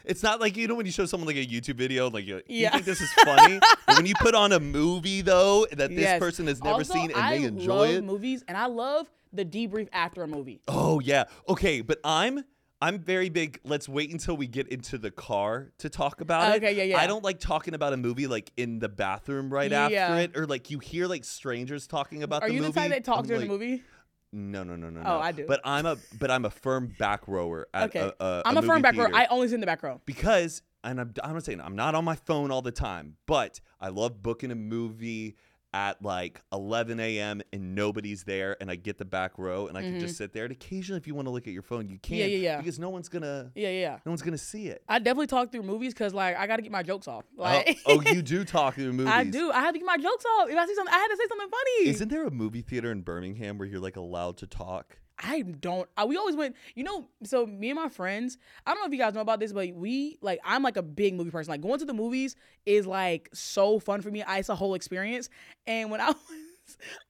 Speaker 2: It's not like you know when you show someone like a YouTube video, like you you
Speaker 1: Yeah.
Speaker 2: think this is funny. but when you put on a movie though that this
Speaker 1: Yes.
Speaker 2: person has never
Speaker 1: Also,
Speaker 2: seen and
Speaker 1: I
Speaker 2: they enjoy
Speaker 1: love
Speaker 2: it.
Speaker 1: movies, and I love the debrief after a movie.
Speaker 2: Oh yeah. Okay, but I'm I'm very big. Let's wait until we get into the car to talk about it.
Speaker 1: Okay, yeah, yeah.
Speaker 2: I don't like talking about a movie like in the bathroom right
Speaker 1: Yeah.
Speaker 2: after it, or like you hear like strangers talking about.
Speaker 1: Are
Speaker 2: the
Speaker 1: you
Speaker 2: movie.
Speaker 1: the type that talks
Speaker 2: I'm
Speaker 1: during
Speaker 2: like,
Speaker 1: the movie?
Speaker 2: No, no, no, no.
Speaker 1: Oh,
Speaker 2: no.
Speaker 1: I do.
Speaker 2: But I'm a but I'm a firm back rower. At
Speaker 1: Okay.
Speaker 2: A, a,
Speaker 1: I'm a, firm
Speaker 2: movie
Speaker 1: back row.
Speaker 2: theater
Speaker 1: I always in the back row.
Speaker 2: because and I'm I'm not saying I'm not on my phone all the time, but I love booking a movie at like 11 a.m. and nobody's there, and I get the back row and I can just sit there. And occasionally, if you want to look at your phone, you can.
Speaker 1: Mm-hmm. Yeah, yeah, yeah.
Speaker 2: Because no one's gonna
Speaker 1: Yeah, yeah. yeah.
Speaker 2: no one's gonna see it.
Speaker 1: I definitely talk through movies because like I gotta get my jokes off. Like
Speaker 2: oh, oh, you do talk through movies.
Speaker 1: I do. I have to get my jokes off. If I see something, I had to say something funny.
Speaker 2: Isn't there a movie theater in Birmingham where you're like allowed to talk?
Speaker 1: I don't. I, we always went. You know, so me and my friends. I don't know if you guys know about this, but we like. I'm like a big movie person. Like going to the movies is like so fun for me. I, it's a whole experience. And when I was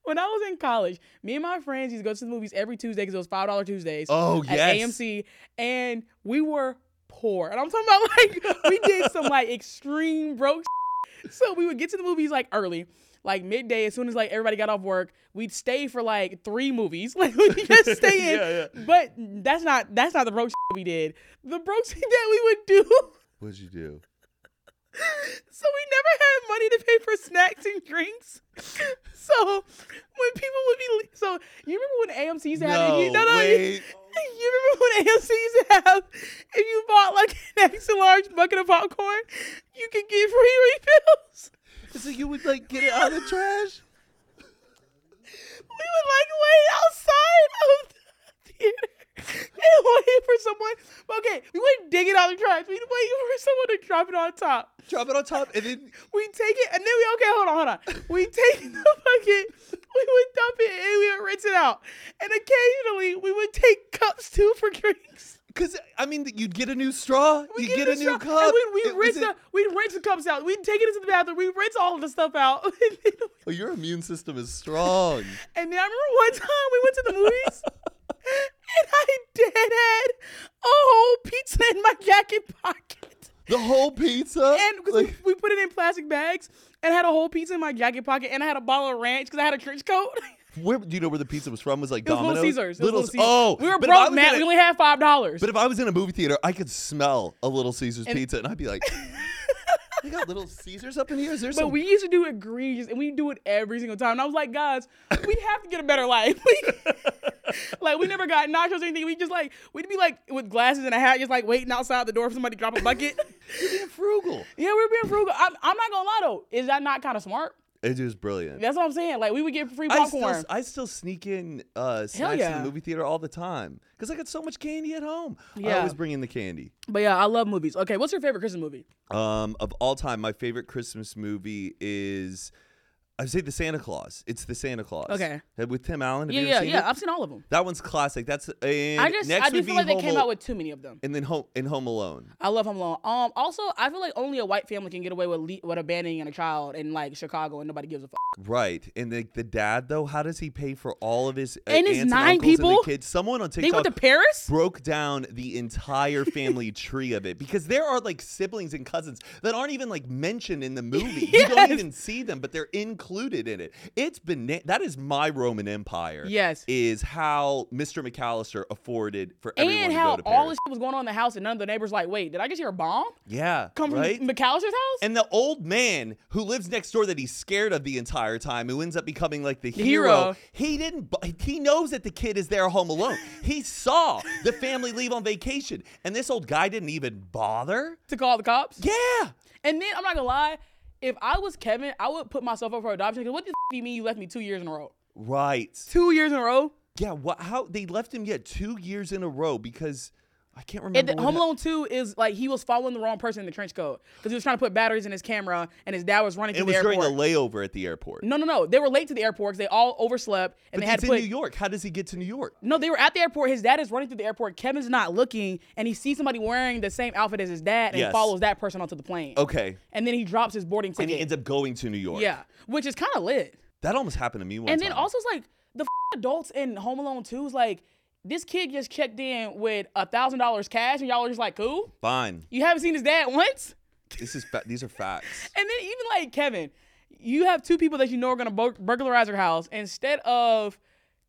Speaker 1: when I was in college, me and my friends used to go to the movies every Tuesday because it was five dollar Tuesdays
Speaker 2: Oh,
Speaker 1: at
Speaker 2: yes.
Speaker 1: AMC, and we were poor. And I'm talking about like we did some like extreme broke. so we would get to the movies like early. Like midday, as soon as like everybody got off work, we'd stay for like three movies. Like we just stay in.
Speaker 2: Yeah, yeah.
Speaker 1: But that's not that's not the broke we did. The broke shit that we would do
Speaker 2: What'd you do?
Speaker 1: so we never had money to pay for snacks and drinks. So when people would be, le- so you remember when AMC used to have? you,
Speaker 2: wait.
Speaker 1: You, remember when AMC used to have? If you bought like an extra large bucket of popcorn, you could get free refills.
Speaker 2: So you would like get it out of the trash?
Speaker 1: we would like wait outside of the theater and wait for someone. Okay, we wouldn't dig it out of the trash. We'd wait for someone to drop it on top.
Speaker 2: Drop it on top and then
Speaker 1: We take it and then we okay, hold on, hold on. We take the bucket, we would dump it, and we would rinse it out. And occasionally we would take cups too for drinks.
Speaker 2: cause I mean you'd get a new straw,
Speaker 1: We
Speaker 2: you get a new
Speaker 1: straw-
Speaker 2: cup.
Speaker 1: And we
Speaker 2: It
Speaker 1: we rinse
Speaker 2: wasn't-
Speaker 1: the we rinse the cups out. We take it into the bathroom. We rinse all of the stuff out. and then
Speaker 2: Oh, your immune system is strong.
Speaker 1: I remember one time we went to the movies. And I dead had a whole pizza in my jacket pocket.
Speaker 2: the whole pizza.
Speaker 1: And 'cause
Speaker 2: like,
Speaker 1: we, we put it in plastic bags and I had a whole pizza in my jacket pocket and I had a bottle of ranch because I had a trench coat.
Speaker 2: where do you know where the pizza was from? Was like
Speaker 1: It was Little
Speaker 2: Domino's?
Speaker 1: Caesars. It was Little Caesars.
Speaker 2: Oh,
Speaker 1: we were
Speaker 2: but if I
Speaker 1: broke,
Speaker 2: was
Speaker 1: man.
Speaker 2: in a-
Speaker 1: We only had five dollars.
Speaker 2: But if I was in a movie theater, I could smell a Little Caesars pizza, and I'd be like, "They got Little Caesars up in here? Is there
Speaker 1: But
Speaker 2: some?"
Speaker 1: we used to do egregious, and we do it every single time. And I was like, guys, we have to get a better life. We- like we never got nachos or anything. We just like we'd be like with glasses and a hat, just like waiting outside the door for somebody to drop a bucket.
Speaker 2: being frugal.
Speaker 1: yeah, we're being frugal. I'm, I'm not gonna lie though, is that not kind of smart?
Speaker 2: It was brilliant.
Speaker 1: That's what I'm saying. Like we would get free
Speaker 2: I still,
Speaker 1: popcorn.
Speaker 2: I still sneak in uh, snacks in
Speaker 1: yeah.
Speaker 2: the movie theater all the time because I got so much candy at home. I
Speaker 1: Yeah.
Speaker 2: always bring in the candy.
Speaker 1: but yeah, I love movies. Okay, what's your favorite Christmas movie?
Speaker 2: Um, of all time, my favorite Christmas movie is I would say The Santa Claus. It's The Santa Claus.
Speaker 1: Okay.
Speaker 2: Uh, With Tim Allen. Have
Speaker 1: Yeah,
Speaker 2: you
Speaker 1: yeah,
Speaker 2: ever seen
Speaker 1: yeah.
Speaker 2: it?
Speaker 1: I've seen all of them.
Speaker 2: That one's classic. That's and
Speaker 1: I just
Speaker 2: next
Speaker 1: I do
Speaker 2: would
Speaker 1: ful
Speaker 2: be
Speaker 1: like they
Speaker 2: Home
Speaker 1: came
Speaker 2: Al-
Speaker 1: out with too many of them.
Speaker 2: and then home and Home Alone.
Speaker 1: I love Home Alone. Um, also, I feel like only a white family can get away with le- with abandoning a child in like Chicago, and nobody gives a fuck.
Speaker 2: Right. And the, the dad though, how does he pay for all of his uh,
Speaker 1: And his
Speaker 2: aunts
Speaker 1: nine
Speaker 2: uncles and
Speaker 1: people?
Speaker 2: the kids? Someone on
Speaker 1: They
Speaker 2: TikTok
Speaker 1: went to Paris.
Speaker 2: broke down the entire family tree of it because there are like siblings and cousins that aren't even like mentioned in the movie. You don't
Speaker 1: Yes.
Speaker 2: even see them, but they're included in it. It's been that is my Roman Empire.
Speaker 1: Yes.
Speaker 2: is how Mr. McAllister afforded for everyone
Speaker 1: And
Speaker 2: to
Speaker 1: how
Speaker 2: go to Paris.
Speaker 1: all this shit was going on in the house, and none of the neighbors like, wait, did I just hear a bomb
Speaker 2: yeah,
Speaker 1: come from
Speaker 2: right.
Speaker 1: McAllister's house?
Speaker 2: and the old man who lives next door that he's scared of the entire time, who ends up becoming like the hero,
Speaker 1: hero.
Speaker 2: he didn't. bu- He knows that the kid is there home alone. he saw the family leave on vacation, and this old guy didn't even bother.
Speaker 1: to call the cops.
Speaker 2: Yeah,
Speaker 1: And then I'm not gonna lie, if I was Kevin, I would put myself up for adoption. Because what the f- do you mean you left me two years in a row?
Speaker 2: right.
Speaker 1: Two years in a row.
Speaker 2: Yeah, what? How they left him? Yeah, two years in a row because I can't remember.
Speaker 1: And then
Speaker 2: what
Speaker 1: Home
Speaker 2: hap-
Speaker 1: Alone 2 is like he was following the wrong person in the trench coat because he was trying to put batteries in his camera and his dad was running through
Speaker 2: It was
Speaker 1: the
Speaker 2: during
Speaker 1: airport.
Speaker 2: the layover at the airport.
Speaker 1: no, no, no. They were late to the airport 'cause they all overslept and
Speaker 2: but
Speaker 1: they had
Speaker 2: it's
Speaker 1: to
Speaker 2: in
Speaker 1: put
Speaker 2: New York. How does he get to New York?
Speaker 1: No, they were at the airport. His dad is running through the airport. Kevin's not looking, and he sees somebody wearing the same outfit as his dad, and
Speaker 2: Yes.
Speaker 1: follows that person onto the plane.
Speaker 2: Okay,
Speaker 1: And then he drops his boarding
Speaker 2: and
Speaker 1: ticket.
Speaker 2: he ends up going to New York.
Speaker 1: yeah, which is kind of lit.
Speaker 2: that almost happened to me one
Speaker 1: and
Speaker 2: time.
Speaker 1: then also, it's like the f- adults in Home Alone 2 is like, this kid just checked in with a thousand dollars cash, and y'all are just like, cool.
Speaker 2: fine.
Speaker 1: You haven't seen his dad once.
Speaker 2: This is fa- these are facts.
Speaker 1: And then even like Kevin, you have two people that you know are gonna bur- burglarize your house. Instead of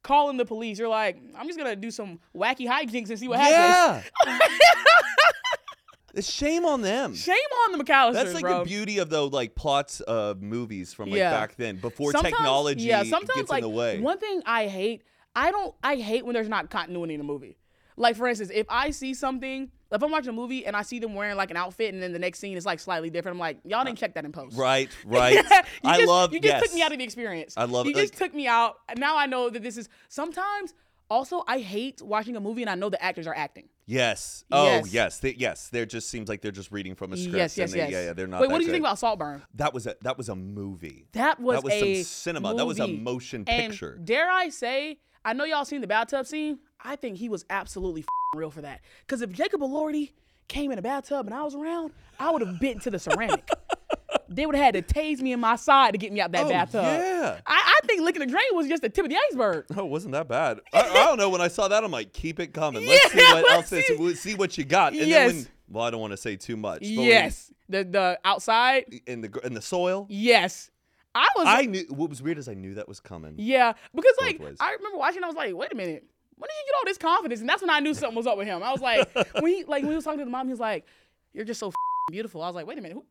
Speaker 1: calling the police, you're like, I'm just gonna do some wacky hijinks and see what happens.
Speaker 2: Yeah. it's shame on them.
Speaker 1: Shame on the McAllisters,
Speaker 2: That's like
Speaker 1: bro.
Speaker 2: the beauty of the like plots of movies from like
Speaker 1: Yeah.
Speaker 2: back then before
Speaker 1: Sometimes-
Speaker 2: technology
Speaker 1: yeah, sometimes
Speaker 2: gets
Speaker 1: like
Speaker 2: in the way.
Speaker 1: one thing I hate, I don't, I hate when there's not continuity in a movie. Like for instance, if I see something, if I'm watching a movie and I see them wearing like an outfit, and then the next scene is like slightly different, I'm like, y'all didn't check that in post.
Speaker 2: Uh, right, right.
Speaker 1: You
Speaker 2: I
Speaker 1: just-
Speaker 2: love
Speaker 1: You just
Speaker 2: yes.
Speaker 1: took me out of the experience.
Speaker 2: I love
Speaker 1: you
Speaker 2: it,
Speaker 1: You just
Speaker 2: like-
Speaker 1: took me out. Now I know that this is sometimes. Also, I hate watching a movie and I know the actors are acting.
Speaker 2: Yes. Oh, yes.
Speaker 1: Yes.
Speaker 2: They, yes. There just seems like they're just reading from a script.
Speaker 1: Yes, yes,
Speaker 2: and they,
Speaker 1: yes.
Speaker 2: Yeah, yeah. They're not.
Speaker 1: Wait,
Speaker 2: that
Speaker 1: what do you
Speaker 2: good.
Speaker 1: think about Saltburn?
Speaker 2: That was a that was a movie.
Speaker 1: That was
Speaker 2: that was
Speaker 1: a
Speaker 2: some cinema. That was a
Speaker 1: movie.
Speaker 2: motion
Speaker 1: And
Speaker 2: picture.
Speaker 1: dare I say, I know y'all seen the bathtub scene. I think he was absolutely f***ing real for that. Because if Jacob Elordi came in a bathtub and I was around, I would have bitten to the ceramic. they would have had to tase me in my side to get me out that
Speaker 2: Oh,
Speaker 1: bathtub.
Speaker 2: yeah.
Speaker 1: I, I think licking the drain was just the tip of the iceberg.
Speaker 2: Oh, it wasn't that bad. I, I don't know. When I saw that, I'm like, keep it coming. Let's see
Speaker 1: Yeah,
Speaker 2: what
Speaker 1: let's
Speaker 2: else is.
Speaker 1: see.
Speaker 2: We'll see what you got. And
Speaker 1: Yes.
Speaker 2: then when, well, I don't want to say too much. But when-
Speaker 1: yes. The the outside.
Speaker 2: in the gr- in the soil,
Speaker 1: Yes. I was
Speaker 2: I knew. What was weird is I knew that was coming.
Speaker 1: Yeah, because like
Speaker 2: ways.
Speaker 1: I remember watching, I was like, wait a minute, when did you get all this confidence? And that's when I knew something was up with him. I was like, when he like when he was talking to the mom, he was like, you're just so f***ing beautiful. I was like, wait a minute, who?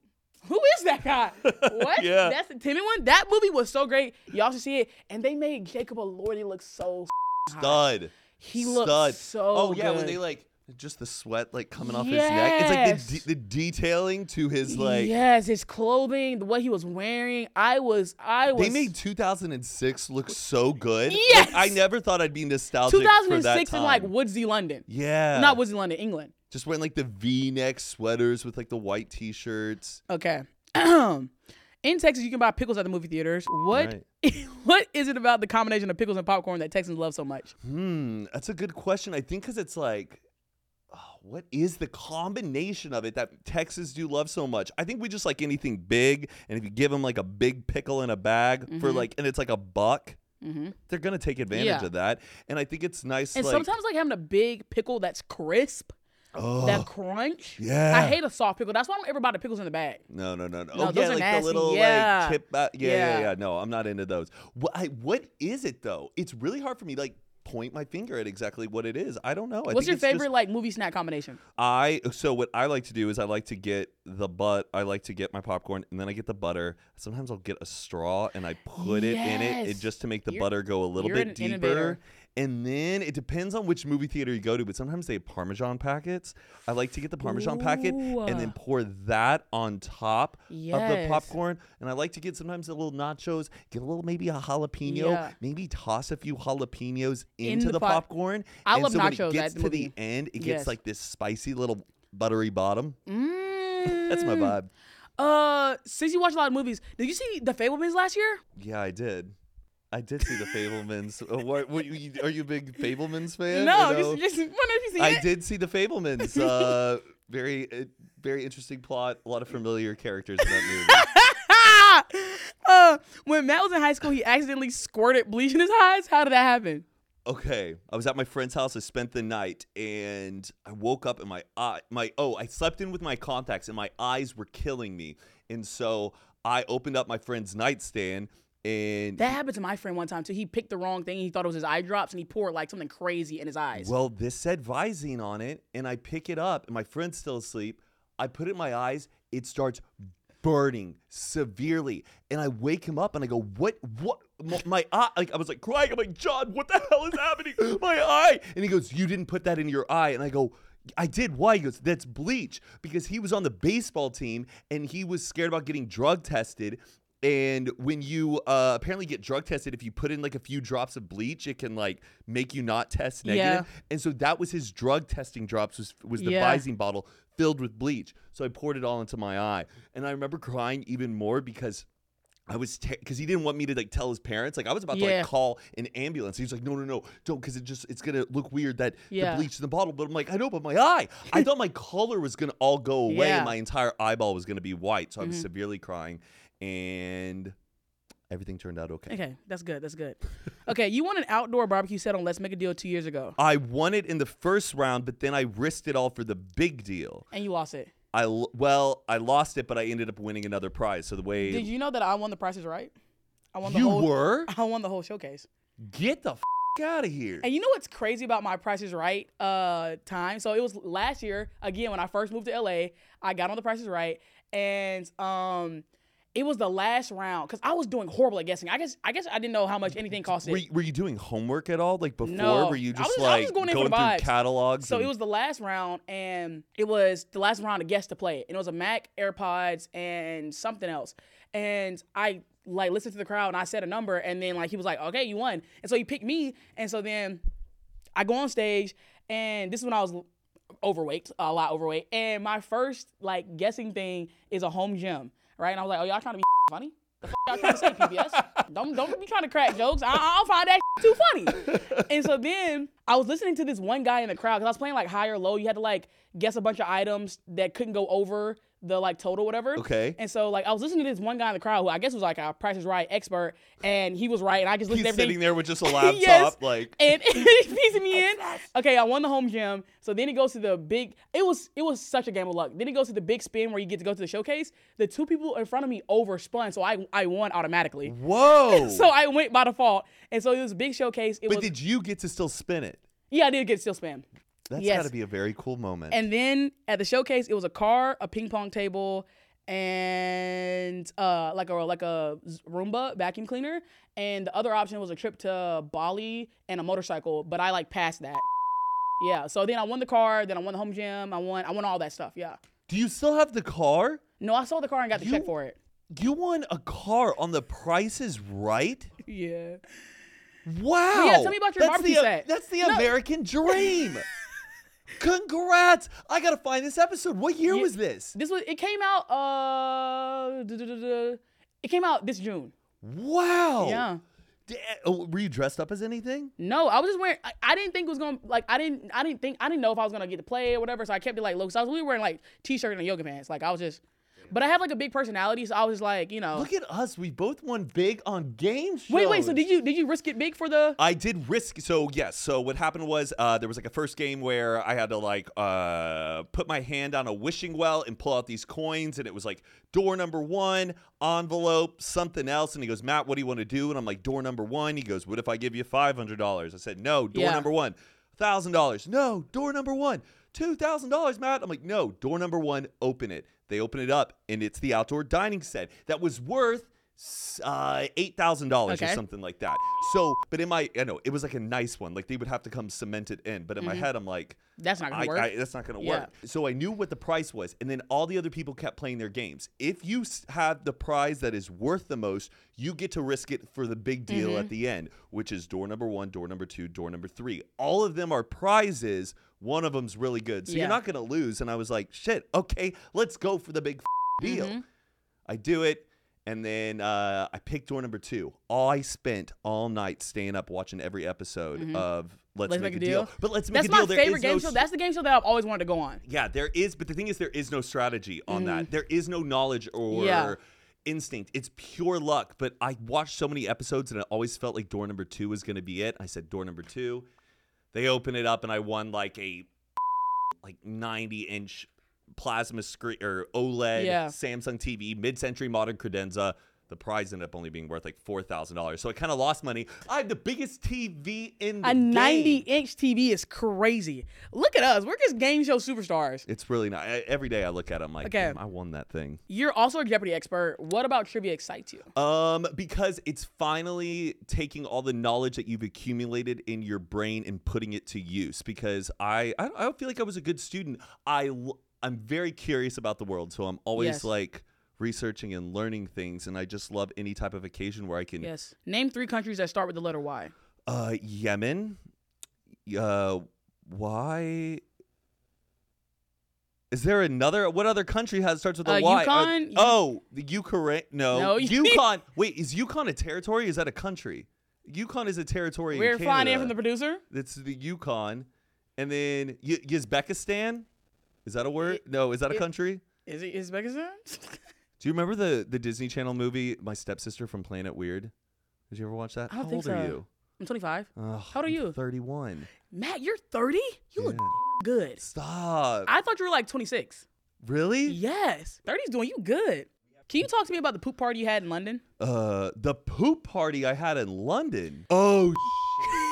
Speaker 1: Who is that guy? What?
Speaker 2: Yeah.
Speaker 1: That's the Timmy one. That movie was so great. Y'all should see it. And they made Jacob Elordi look so. f-
Speaker 2: Stud.
Speaker 1: He looked
Speaker 2: Stud.
Speaker 1: so.
Speaker 2: Oh yeah, when
Speaker 1: good.
Speaker 2: they like just the sweat like coming off his neck. It's like
Speaker 1: Yes.
Speaker 2: the, de- the detailing to his like.
Speaker 1: yes, his clothing, the what he was wearing. I was. I was.
Speaker 2: They made 2006 look so good. Like,
Speaker 1: Yes!
Speaker 2: I never thought I'd be nostalgic for that
Speaker 1: 2006
Speaker 2: time.
Speaker 1: in like Woodsy London.
Speaker 2: yeah,
Speaker 1: Not Woodsy London, England.
Speaker 2: just wearing like the V-neck sweaters with like the white T-shirts.
Speaker 1: Okay. In Texas, you can buy pickles at the movie theaters. What? what is it about the combination of pickles and popcorn that Texans love so much?
Speaker 2: Hmm, that's a good question. I think because it's like, oh, what is the combination of it that Texas do love so much? I think we just like anything big, and if you give them like a big pickle in a bag for like, and it's like a buck,
Speaker 1: Mhm.
Speaker 2: they're gonna take advantage
Speaker 1: Mm-hmm. Yeah.
Speaker 2: of that. And I think it's nice.
Speaker 1: And
Speaker 2: like,
Speaker 1: sometimes like having a big pickle that's crisp,
Speaker 2: oh,
Speaker 1: that crunch.
Speaker 2: yeah.
Speaker 1: I hate a soft pickle. That's why I don't ever buy the pickles in the bag.
Speaker 2: No, no, no, no.
Speaker 1: No,
Speaker 2: oh,
Speaker 1: those
Speaker 2: yeah,
Speaker 1: are
Speaker 2: like
Speaker 1: nasty.
Speaker 2: the little
Speaker 1: Yeah.
Speaker 2: like tip. Out. Yeah, yeah,
Speaker 1: Yeah.
Speaker 2: yeah, No, I'm not into those. What, I, what is it though? It's really hard for me. to, Like, point my finger at exactly what it is. I don't know. I
Speaker 1: What's
Speaker 2: think
Speaker 1: your
Speaker 2: it's just-
Speaker 1: favorite like movie snack combination?
Speaker 2: I so what I like to do is I like to get the butt. I like to get my popcorn and then I get the butter. Sometimes I'll get a straw and I put it in it,
Speaker 1: Yes.
Speaker 2: it just to make the
Speaker 1: You're-
Speaker 2: butter go a little
Speaker 1: you're
Speaker 2: bit
Speaker 1: an
Speaker 2: deeper.
Speaker 1: innovator.
Speaker 2: And then it depends on which movie theater you go to, but sometimes they have Parmesan packets. I like to get the Parmesan packet and
Speaker 1: Ooh.
Speaker 2: then pour that on top of the
Speaker 1: Yes.
Speaker 2: popcorn. And I like to get sometimes a little nachos, get a little maybe a jalapeno,
Speaker 1: Yeah.
Speaker 2: maybe toss a few jalapenos into,
Speaker 1: Into the
Speaker 2: the,
Speaker 1: pot-
Speaker 2: popcorn.
Speaker 1: I
Speaker 2: and
Speaker 1: love
Speaker 2: so when
Speaker 1: nachos at
Speaker 2: it gets
Speaker 1: the
Speaker 2: to
Speaker 1: movie.
Speaker 2: the end, it gets
Speaker 1: Yes.
Speaker 2: like this spicy little buttery bottom.
Speaker 1: Mm.
Speaker 2: That's my vibe.
Speaker 1: Uh, since you watch a lot of movies, did you see The Fablemans last year?
Speaker 2: Yeah, I did. I did see the Fablemans. Uh, what, what, you- are you a big Fablemans fan?
Speaker 1: no,
Speaker 2: You know,
Speaker 1: just just wondering if you seen
Speaker 2: I
Speaker 1: it.
Speaker 2: did see the Fablemans. Uh, very, uh, very interesting plot. A lot of familiar characters in that movie.
Speaker 1: uh, when Matt was in high school, he accidentally squirted bleach in his eyes. How did that happen?
Speaker 2: okay i was at my friend's house i spent the night and i woke up and my eye my oh i slept in with my contacts and my eyes were killing me and so i opened up my friend's nightstand and
Speaker 1: That happened to my friend one time too. He picked the wrong thing. He thought it was his eye drops, and he poured like something crazy in his eyes.
Speaker 2: well this said visine on it and i pick it up and my friend's still asleep i put it in my eyes it starts burning severely and i wake him up and i go what what my, my eye like i was like crying i'm like john what the hell is happening my eye and he goes you didn't put that in your eye and i go I did. Why? He goes, that's bleach. Because he was on the baseball team and he was scared about getting drug tested. And when you uh, apparently get drug tested, if you put in like a few drops of bleach, it can like make you not test negative. And so that was his drug testing drops was was the
Speaker 1: Yeah.
Speaker 2: Visine bottle filled with bleach. So I poured it all into my eye, and I remember crying even more because. I was because he didn't want me to like tell his parents. Like I was about to
Speaker 1: Yeah.
Speaker 2: like call an ambulance. He was like, no, no, no, don't, because it just it's gonna look weird that
Speaker 1: Yeah.
Speaker 2: the bleach in the bottle. But I'm like, I know, but my eye. I thought my color was gonna all go away
Speaker 1: Yeah. Mm-hmm.
Speaker 2: and my entire eyeball was gonna be white. So I was severely crying, and everything turned out okay.
Speaker 1: Okay, that's good. That's good. okay, you won an outdoor barbecue set on Let's Make a Deal two years ago,
Speaker 2: I won it in the first round, but then I risked it all for the big deal.
Speaker 1: and you lost it.
Speaker 2: I l- well, I lost it, but I ended up winning another prize. So the way
Speaker 1: Did you know that I won the prices right? I won the
Speaker 2: you
Speaker 1: whole.
Speaker 2: were,
Speaker 1: I won the whole showcase.
Speaker 2: get the f- out of here.
Speaker 1: And you know what's crazy about my Price is Right uh, time? So it was last year, again, when I first moved to LA, I got on the Price is Right, and um, it was the last round because I was doing horrible at guessing. I guess I guess I didn't know how much anything cost
Speaker 2: Were
Speaker 1: it.
Speaker 2: you, were you doing homework at all? Like before,
Speaker 1: No.
Speaker 2: were you
Speaker 1: I was-
Speaker 2: just
Speaker 1: I was
Speaker 2: like
Speaker 1: just going in for the vibes.
Speaker 2: through catalogs?
Speaker 1: So it
Speaker 2: and-
Speaker 1: was the last round, and it was the last round to guess to play it. And it was a Mac, AirPods, and something else. And I like listened to the crowd, and I said a number, and then like he was like, "Okay, you won." And so he picked me, and so then I go on stage, and this is when I was l- overweight, a lot overweight. And my first like guessing thing is a home gym, right? And I was like, "Oh, y'all trying to be funny?" The f- y'all trying to say PBS? Don't don't be trying to crack jokes. I, I'll find that too funny. And so then I was listening to this one guy in the crowd because I was playing like high or low. You had to like guess a bunch of items that couldn't go over the like total whatever.
Speaker 2: Okay.
Speaker 1: And so like I was listening to this one guy in the crowd who I guess was like a practice right expert, and he was right, and I just listened
Speaker 2: He's
Speaker 1: to everything.
Speaker 2: sitting there with just a laptop,
Speaker 1: Yes.
Speaker 2: like
Speaker 1: and he's piecing me in. Okay, I won the home gym. So then he goes to the big. It was it was such a game of luck. Then he goes to the big spin where you get to go to the showcase. The two people in front of me overspun, so I I won automatically.
Speaker 2: whoa.
Speaker 1: So I went by default, and so it was a big showcase. It
Speaker 2: but
Speaker 1: was
Speaker 2: did you get to still spin it?
Speaker 1: yeah, I did get still spam.
Speaker 2: That's
Speaker 1: Yes.
Speaker 2: got to be a very cool moment.
Speaker 1: And then at the showcase, it was a car, a ping pong table, and uh, like a like a Roomba vacuum cleaner. And the other option was a trip to Bali and a motorcycle. But I like passed that. Yeah. So then I won the car. Then I won the home gym. I won. I won all that stuff. Yeah.
Speaker 2: Do you still have the car?
Speaker 1: No, I sold the car and got the check
Speaker 2: You-
Speaker 1: for it.
Speaker 2: You won a car on the Price is Right.
Speaker 1: Yeah.
Speaker 2: Wow.
Speaker 1: yeah, tell me about your
Speaker 2: that's
Speaker 1: barbecue
Speaker 2: the, uh,
Speaker 1: set.
Speaker 2: That's the
Speaker 1: No.
Speaker 2: American dream. Congrats! I gotta find this episode. What year
Speaker 1: Ye-
Speaker 2: was this?
Speaker 1: This was. It came out. Uh. duh, duh, duh, duh. It came out this June.
Speaker 2: Wow.
Speaker 1: Yeah.
Speaker 2: D- oh, were you dressed up as anything?
Speaker 1: No, I was just wearing. I, I didn't think it was gonna like. I didn't. I didn't think. I didn't know if I was gonna get to play or whatever. So I kept it like low. So I was really wearing like t-shirt and yoga pants. Like I was just. But I have like a big personality, so I was just like, you know.
Speaker 2: Look at us. We both won big on game shows.
Speaker 1: Wait, wait. So did you did you risk it big for the?
Speaker 2: I did risk. So yes. So what happened was uh, there was like a first game where I had to like uh, put my hand on a wishing well and pull out these coins, and it was like door number one, envelope, something else. And he goes, Matt, what do you want to do? And I'm like, door number one. He goes, What if I give you five hundred dollars? I said, No, door
Speaker 1: Yeah.
Speaker 2: number one, thousand dollars. No, door number one. Two thousand dollars, Matt. I'm like, no. Door number one, open it. They open it up, and it's the outdoor dining set that was worth s- uh, eight thousand dollars or
Speaker 1: Okay.
Speaker 2: something something like that. So, but in my, I know it was like a nice one. Like they would have to come cement it in. But in my head, I'm like,
Speaker 1: That's not gonna
Speaker 2: I-
Speaker 1: work.
Speaker 2: I- that's not gonna
Speaker 1: Yeah.
Speaker 2: work. So I knew what the price was, and then all the other people kept playing their games. If you s- have the prize that is worth the most, you get to risk it for the big deal
Speaker 1: Mm-hmm.
Speaker 2: at the end, which is door number one, door number two, door number three. All of them are prizes. One of them's really good, so
Speaker 1: Yeah.
Speaker 2: you're not gonna lose. And I was like, shit, okay, let's go for the big f- deal.
Speaker 1: Mm-hmm.
Speaker 2: I do it. And then uh, I picked door number two. All I spent all night staying up watching every episode
Speaker 1: Mm-hmm.
Speaker 2: of Let's, Make, a deal. But Let's Make
Speaker 1: That's
Speaker 2: a Deal.
Speaker 1: my
Speaker 2: there
Speaker 1: favorite
Speaker 2: is no
Speaker 1: game show.
Speaker 2: s-
Speaker 1: That's the game show that I've always wanted to go on.
Speaker 2: yeah, there is, but the thing is, there is no strategy on that. There is no knowledge or
Speaker 1: Mm. Yeah.
Speaker 2: instinct. It's pure luck. But I watched so many episodes, and I always felt like door number two was going to be it. I said door number two. They open it up, and I won like a like ninety inch plasma screen or OLED
Speaker 1: Yeah.
Speaker 2: Samsung TV, mid century modern credenza. The prize ended up only being worth like four thousand dollars, so I kind of lost money. I have the biggest TV in the
Speaker 1: A
Speaker 2: game.
Speaker 1: 90 inch TV is crazy. Look at us. We're just game show superstars.
Speaker 2: It's really not. I, every day I look at it, I'm like,
Speaker 1: Okay.
Speaker 2: "Damn, I won that thing.
Speaker 1: You're also a Jeopardy expert. What about trivia excites you?
Speaker 2: Um, because it's finally taking all the knowledge that you've accumulated in your brain and putting it to use. Because I, I, I don't feel like I was a good student. I, l- I'm very curious about the world, so I'm always
Speaker 1: Yes.
Speaker 2: like researching and learning things, and I just love any type of occasion where I can.
Speaker 1: Yes. Name three countries that start with the letter Y.
Speaker 2: Uh, Yemen. Uh, why? Is there another? What other country has starts with a
Speaker 1: Uh,
Speaker 2: Y? Uh,
Speaker 1: Yukon?
Speaker 2: oh, the Ukraine. No,
Speaker 1: No, you-
Speaker 2: Yukon. Wait, is Yukon a territory? Or is that a country? Yukon is a territory.
Speaker 1: We're
Speaker 2: in
Speaker 1: flying in from the
Speaker 2: Canada.
Speaker 1: producer.
Speaker 2: That's the Yukon, and then y- Uzbekistan. Is that a word? no, is that a country?
Speaker 1: Is it Uzbekistan?
Speaker 2: Do you remember the the Disney Channel movie My Stepsister from Planet Weird? Did you ever watch that?
Speaker 1: I don't
Speaker 2: How
Speaker 1: think
Speaker 2: old are
Speaker 1: so.
Speaker 2: you?
Speaker 1: I'm 25.
Speaker 2: Ugh,
Speaker 1: old are
Speaker 2: I'm
Speaker 1: you?
Speaker 2: 31.
Speaker 1: Matt, you're 30? You look
Speaker 2: Yeah.
Speaker 1: good.
Speaker 2: Stop.
Speaker 1: I thought you were like 26.
Speaker 2: really?
Speaker 1: Yes. 30's doing you good. Can you talk to me about the poop party you had in London?
Speaker 2: Uh, the poop party I had in London. Oh. shit.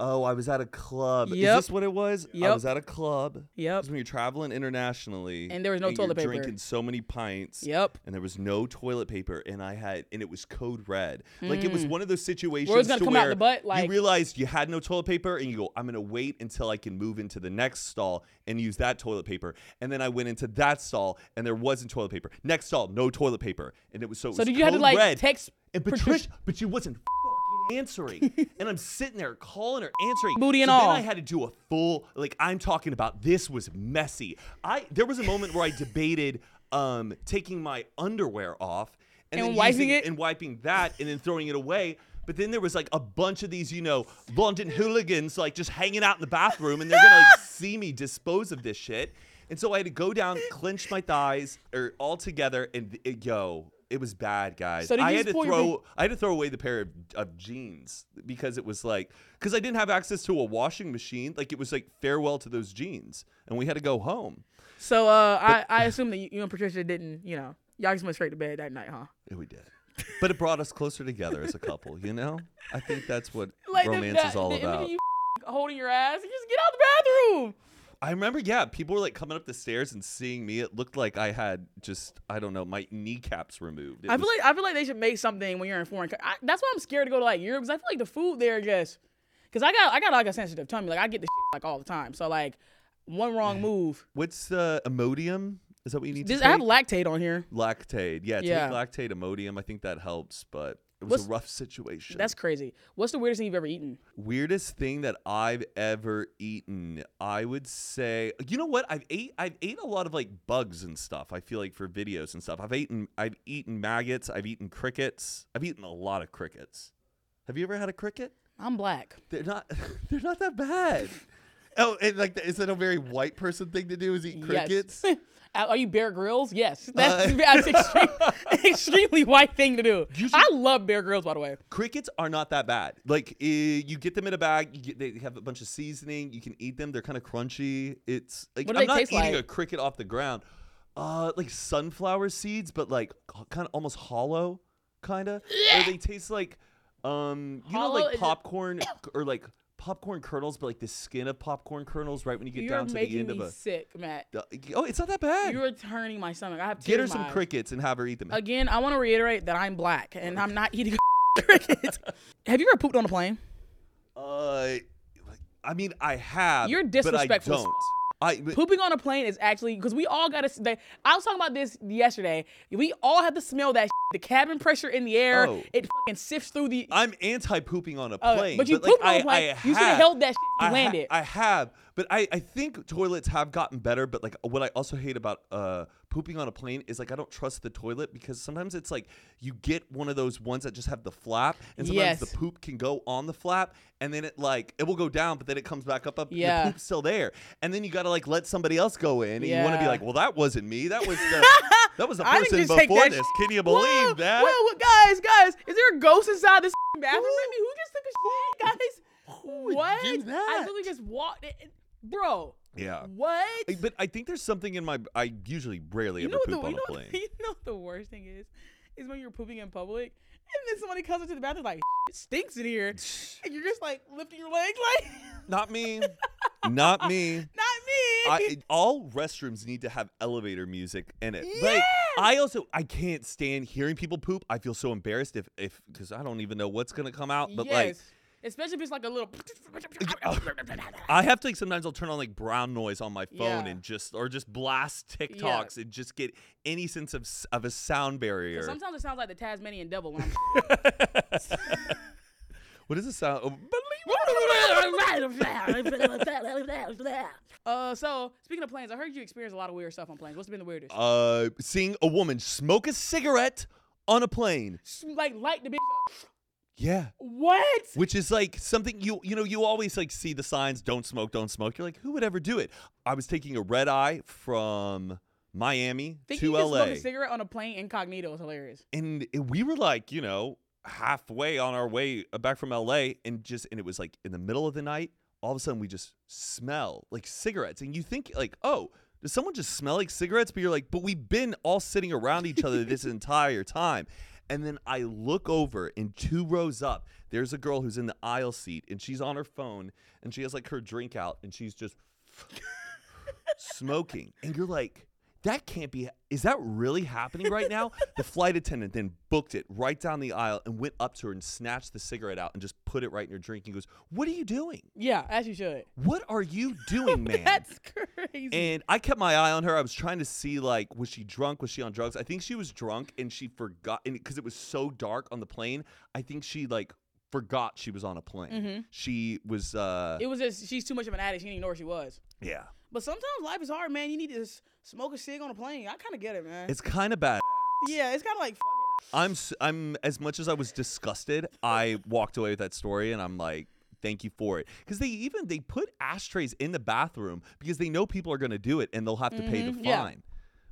Speaker 2: oh, I was at a club.
Speaker 1: Yep.
Speaker 2: Is this what it was?
Speaker 1: Yep.
Speaker 2: I was at a club.
Speaker 1: Yep.
Speaker 2: It's when you're traveling internationally,
Speaker 1: And there was no
Speaker 2: you're
Speaker 1: toilet paper.
Speaker 2: Drinking so many pints.
Speaker 1: Yep.
Speaker 2: And there was no toilet paper, and I had, and it was code red. Like it was one of those situations
Speaker 1: Mm. gonna
Speaker 2: to
Speaker 1: come out
Speaker 2: where
Speaker 1: the butt,
Speaker 2: you
Speaker 1: like-
Speaker 2: realized you had no toilet paper, and you go, "I'm gonna wait until I can move into the next stall and use that toilet paper." And then I went into that stall, and there wasn't toilet paper. Next stall, no toilet paper, and it was so. It
Speaker 1: So
Speaker 2: was
Speaker 1: did you have to
Speaker 2: code
Speaker 1: like
Speaker 2: red.
Speaker 1: text
Speaker 2: And Patricia, but she wasn't f***ing answering. and I'm sitting there calling her, answering.
Speaker 1: Booty and
Speaker 2: so
Speaker 1: all.
Speaker 2: Then I had to do a full, like I'm talking about. This was messy. I there was a moment where I debated. um, taking my underwear off and,
Speaker 1: And
Speaker 2: then
Speaker 1: wiping
Speaker 2: using-
Speaker 1: it?
Speaker 2: and wiping that and then throwing it away. But then there was like a bunch of these, you know, London hooligans like just hanging out in the bathroom and they're gonna like see me dispose of this shit. And so I had to go down, clench my thighs or all together and it, yo, it was bad, guys.
Speaker 1: So did you
Speaker 2: I
Speaker 1: just
Speaker 2: had to
Speaker 1: pull your
Speaker 2: throw I had to throw away the pair of, of jeans because it was like because I didn't have access to a washing machine. Like it was like farewell to those jeans, and we had to go home.
Speaker 1: So uh, I, I assume that you, you and Patricia didn't, you know, y'all just went straight to bed that night, huh?
Speaker 2: And we did, but it brought us closer together as a couple. You know, I think that's what
Speaker 1: the-
Speaker 2: romance
Speaker 1: that-
Speaker 2: is all
Speaker 1: the image of
Speaker 2: about.
Speaker 1: You holding your ass, you just get out the bathroom.
Speaker 2: I remember, yeah, people were like coming up the stairs and seeing me. It looked like I had just I don't know my kneecaps removed. It
Speaker 1: I
Speaker 2: was-
Speaker 1: feel like I feel like they should make something when you're in foreign. co- I, that's why I'm scared to go to like Europe because I feel like the food there just because I got I got like a sensitive tummy. Like I get the shit, like all the time. So like one wrong move.
Speaker 2: what's uh, Imodium? Is that what you need
Speaker 1: This,
Speaker 2: to
Speaker 1: I
Speaker 2: take?
Speaker 1: have lactate on here.
Speaker 2: lactate. Yeah, take
Speaker 1: Yeah.
Speaker 2: lactate Imodium. I think that helps, but. It was
Speaker 1: What's-
Speaker 2: a rough situation.
Speaker 1: That's crazy. What's the weirdest thing you've ever eaten?
Speaker 2: Weirdest thing that I've ever eaten, I would say. You know what? I've ate. I've ate a lot of like bugs and stuff. I feel like for videos and stuff. I've eaten. I've eaten maggots. I've eaten crickets. I've eaten a lot of crickets. Have you ever had a cricket?
Speaker 1: I'm black.
Speaker 2: They're not. They're not that bad. Oh, and like, is that a very white person thing to do? Is eat crickets? Uh,
Speaker 1: Yes. Are are you Bear Grylls? Yes. That's, that's extreme, extremely white thing to do. I love Bear Grylls, by the way.
Speaker 2: crickets are not that bad. Like eh, you get them in a bag, you get, they have a bunch of seasoning. You can eat them. They're kind of crunchy. It's like
Speaker 1: What do
Speaker 2: I'm
Speaker 1: they
Speaker 2: not
Speaker 1: taste
Speaker 2: eating
Speaker 1: like?
Speaker 2: a cricket off the ground. Uh, like sunflower seeds, but like kind of almost hollow, kind of. Or they taste like, um, you
Speaker 1: Hollow
Speaker 2: know,
Speaker 1: is
Speaker 2: like
Speaker 1: it-
Speaker 2: popcorn or like popcorn kernels, but like the skin of popcorn kernels. Right when you get
Speaker 1: You're
Speaker 2: down to the
Speaker 1: making
Speaker 2: end of
Speaker 1: me
Speaker 2: a.
Speaker 1: sick, Matt.
Speaker 2: Oh, it's not that bad.
Speaker 1: You're turning my stomach. I have tears
Speaker 2: Get her
Speaker 1: in my
Speaker 2: some
Speaker 1: eyes.
Speaker 2: crickets and have her eat them.
Speaker 1: Again, I want to reiterate that I'm black and I'm not eating crickets. Have you ever pooped on a plane?
Speaker 2: Uh, I mean, I have.
Speaker 1: You're disrespectful as
Speaker 2: But I don't. I but
Speaker 1: Pooping on a plane is actually because we all got to. I was talking about this yesterday. We all have to smell that. The cabin pressure in the air,
Speaker 2: Oh.
Speaker 1: it fucking sifts through the.
Speaker 2: I'm anti pooping on a
Speaker 1: Uh,
Speaker 2: plane.
Speaker 1: but you
Speaker 2: like,
Speaker 1: pooped on
Speaker 2: I-
Speaker 1: a plane.
Speaker 2: I
Speaker 1: You shoulda
Speaker 2: have-
Speaker 1: held that shit
Speaker 2: I
Speaker 1: when
Speaker 2: ha-
Speaker 1: you landed.
Speaker 2: I have, but I, I think toilets have gotten better. But like, what I also hate about uh pooping on a plane is like I don't trust the toilet because sometimes it's like you get one of those ones that just have the flap, and
Speaker 1: Yes.
Speaker 2: sometimes the poop can go on the flap, and then it like it will go down, but then it comes back up up.
Speaker 1: Yeah.
Speaker 2: and the poop's still there, and then you gotta like let somebody else go in, and you want to
Speaker 1: Yeah.
Speaker 2: be like, well, that wasn't me. That was the, that was the
Speaker 1: I didn't
Speaker 2: person
Speaker 1: just take
Speaker 2: before
Speaker 1: that
Speaker 2: this.
Speaker 1: shit.
Speaker 2: Can you
Speaker 1: Whoa,
Speaker 2: believe that?
Speaker 1: Whoa, whoa, guys, guys, is there a ghost inside this bathroom? I mean, who just took a shit, guys?
Speaker 2: would
Speaker 1: what?
Speaker 2: do
Speaker 1: I
Speaker 2: that?
Speaker 1: literally just walked, it, it- bro.
Speaker 2: Yeah.
Speaker 1: What?
Speaker 2: I- But I think there's something in my. I usually rarely
Speaker 1: you know
Speaker 2: ever
Speaker 1: what the
Speaker 2: poop
Speaker 1: you
Speaker 2: on
Speaker 1: know,
Speaker 2: a
Speaker 1: what-
Speaker 2: plane.
Speaker 1: you know what the worst thing is? Is when you're pooping in public and then somebody comes into the bathroom like it stinks in here, and you're just like lifting your leg like
Speaker 2: Not me. Not me.
Speaker 1: not me.
Speaker 2: I, all restrooms need to have elevator music in it.
Speaker 1: Yes!
Speaker 2: Like I also I can't stand hearing people poop. I feel so embarrassed if if because I don't even know what's gonna come out. But like
Speaker 1: yes, especially if it's like a little.
Speaker 2: I have to like sometimes I'll turn on like brown noise on my phone
Speaker 1: Yeah.
Speaker 2: and just or just blast TikToks and just get any sense of s- of a sound barrier.
Speaker 1: Sometimes it sounds like the Tasmanian devil when I'm
Speaker 2: what is the sound? Oh,
Speaker 1: Uh, so speaking of planes, I heard you experience a lot of weird stuff on planes. What's been the weirdest?
Speaker 2: Uh, seeing a woman smoke a cigarette on a plane.
Speaker 1: like light the bitch. up.
Speaker 2: Yeah.
Speaker 1: What?
Speaker 2: which is like something you you know you always like see the signs don't smoke don't smoke you're like who would ever do it i was taking a red eye from miami
Speaker 1: Think
Speaker 2: to
Speaker 1: you can
Speaker 2: la
Speaker 1: smoke a cigarette on a plane incognito is hilarious.
Speaker 2: and it- we were like you know halfway on our way uh, back from la and just and it was like in the middle of the night all of a sudden we just smell like cigarettes and you think like oh does someone just smell like cigarettes but you're like but we've been all sitting around each other this entire time and then i look over and two rows up there's a girl who's in the aisle seat and she's on her phone and she has like her drink out and she's just smoking and you're like that can't be is that really happening right now the flight attendant then booked it right down the aisle and went up to her and snatched the cigarette out and just put it right in her drink and goes what are you doing
Speaker 1: Yeah, as you should.
Speaker 2: what are you doing man
Speaker 1: That's crazy.
Speaker 2: and i kept my eye on her i was trying to see like was she drunk was she on drugs i think she was drunk and she forgot because it was so dark on the plane i think she like forgot she was on a plane. She was, uh,
Speaker 1: It was just she's too much of an addict. She didn't even know where she was.
Speaker 2: yeah.
Speaker 1: But sometimes life is hard, man. You need to s- smoke a cig on a plane. I kind of get it, man.
Speaker 2: It's kind of bad.
Speaker 1: yeah, it's kind of like. F- it.
Speaker 2: I'm, s- I'm, as much as I was disgusted, I walked away with that story and I'm like, thank you for it. Because they even, they put ashtrays in the bathroom because they know people are going to do it and they'll have to pay the fine.
Speaker 1: Mm-hmm, yeah.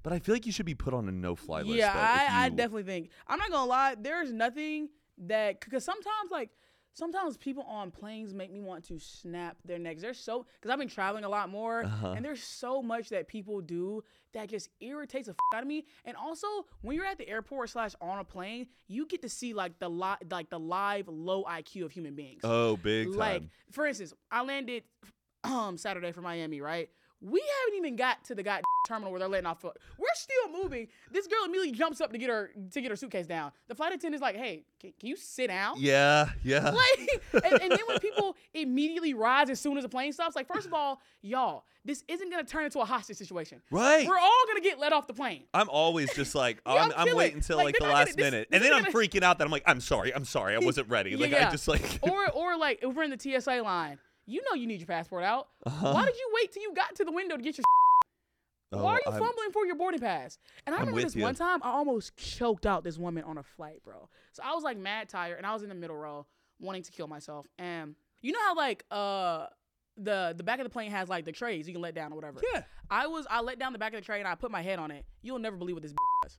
Speaker 2: But I feel like you should be put on a no fly list.
Speaker 1: Yeah,
Speaker 2: though, if
Speaker 1: I, I
Speaker 2: you-
Speaker 1: definitely think. I'm not gonna lie. There is nothing that because sometimes like sometimes people on planes make me want to snap their necks. There's so because I've been traveling a lot more,
Speaker 2: Uh-huh.
Speaker 1: and there's so much that people do that just irritates the f- out of me. And also when you're at the airport slash on a plane, you get to see like the li- like the live low IQ of human beings.
Speaker 2: Oh, big time.
Speaker 1: Like, for instance, I landed um Saturday for Miami, right? We haven't even got to the goddamn terminal where they're letting off. Foot. We're still moving. This girl immediately jumps up to get her to get her suitcase down. The flight attendant is like, "Hey, can, can you sit down?"
Speaker 2: yeah, yeah.
Speaker 1: Like, and, and then when people immediately rise as soon as the plane stops, like, first of all, y'all, this isn't gonna turn into a hostage situation.
Speaker 2: Right.
Speaker 1: We're all gonna get let off the plane.
Speaker 2: I'm always just like
Speaker 1: Yeah,
Speaker 2: I'm,
Speaker 1: I
Speaker 2: I'm
Speaker 1: feel
Speaker 2: waiting
Speaker 1: it.
Speaker 2: until
Speaker 1: Like,
Speaker 2: like,
Speaker 1: they're
Speaker 2: the
Speaker 1: not gonna-
Speaker 2: last
Speaker 1: this-
Speaker 2: minute,
Speaker 1: this
Speaker 2: and then
Speaker 1: is
Speaker 2: I'm
Speaker 1: gonna-
Speaker 2: freaking out that I'm like I'm sorry, I'm sorry, I wasn't ready. Like
Speaker 1: yeah.
Speaker 2: I just like
Speaker 1: or or like if we're in the TSA line, you know you need your passport out.
Speaker 2: Uh-huh.
Speaker 1: Why did you wait till you got to the window to get your?
Speaker 2: Oh,
Speaker 1: Why are you
Speaker 2: I'm-
Speaker 1: fumbling for your boarding pass? And I
Speaker 2: I'm
Speaker 1: remember
Speaker 2: with
Speaker 1: this
Speaker 2: you.
Speaker 1: one time I almost choked out this woman on a flight, bro. So I was like mad tired and I was in the middle row wanting to kill myself. And you know how like uh the the back of the plane has like the trays you can let down or whatever.
Speaker 2: Yeah.
Speaker 1: I was I let down the back of the tray and I put my head on it. You'll never believe what this bitch does.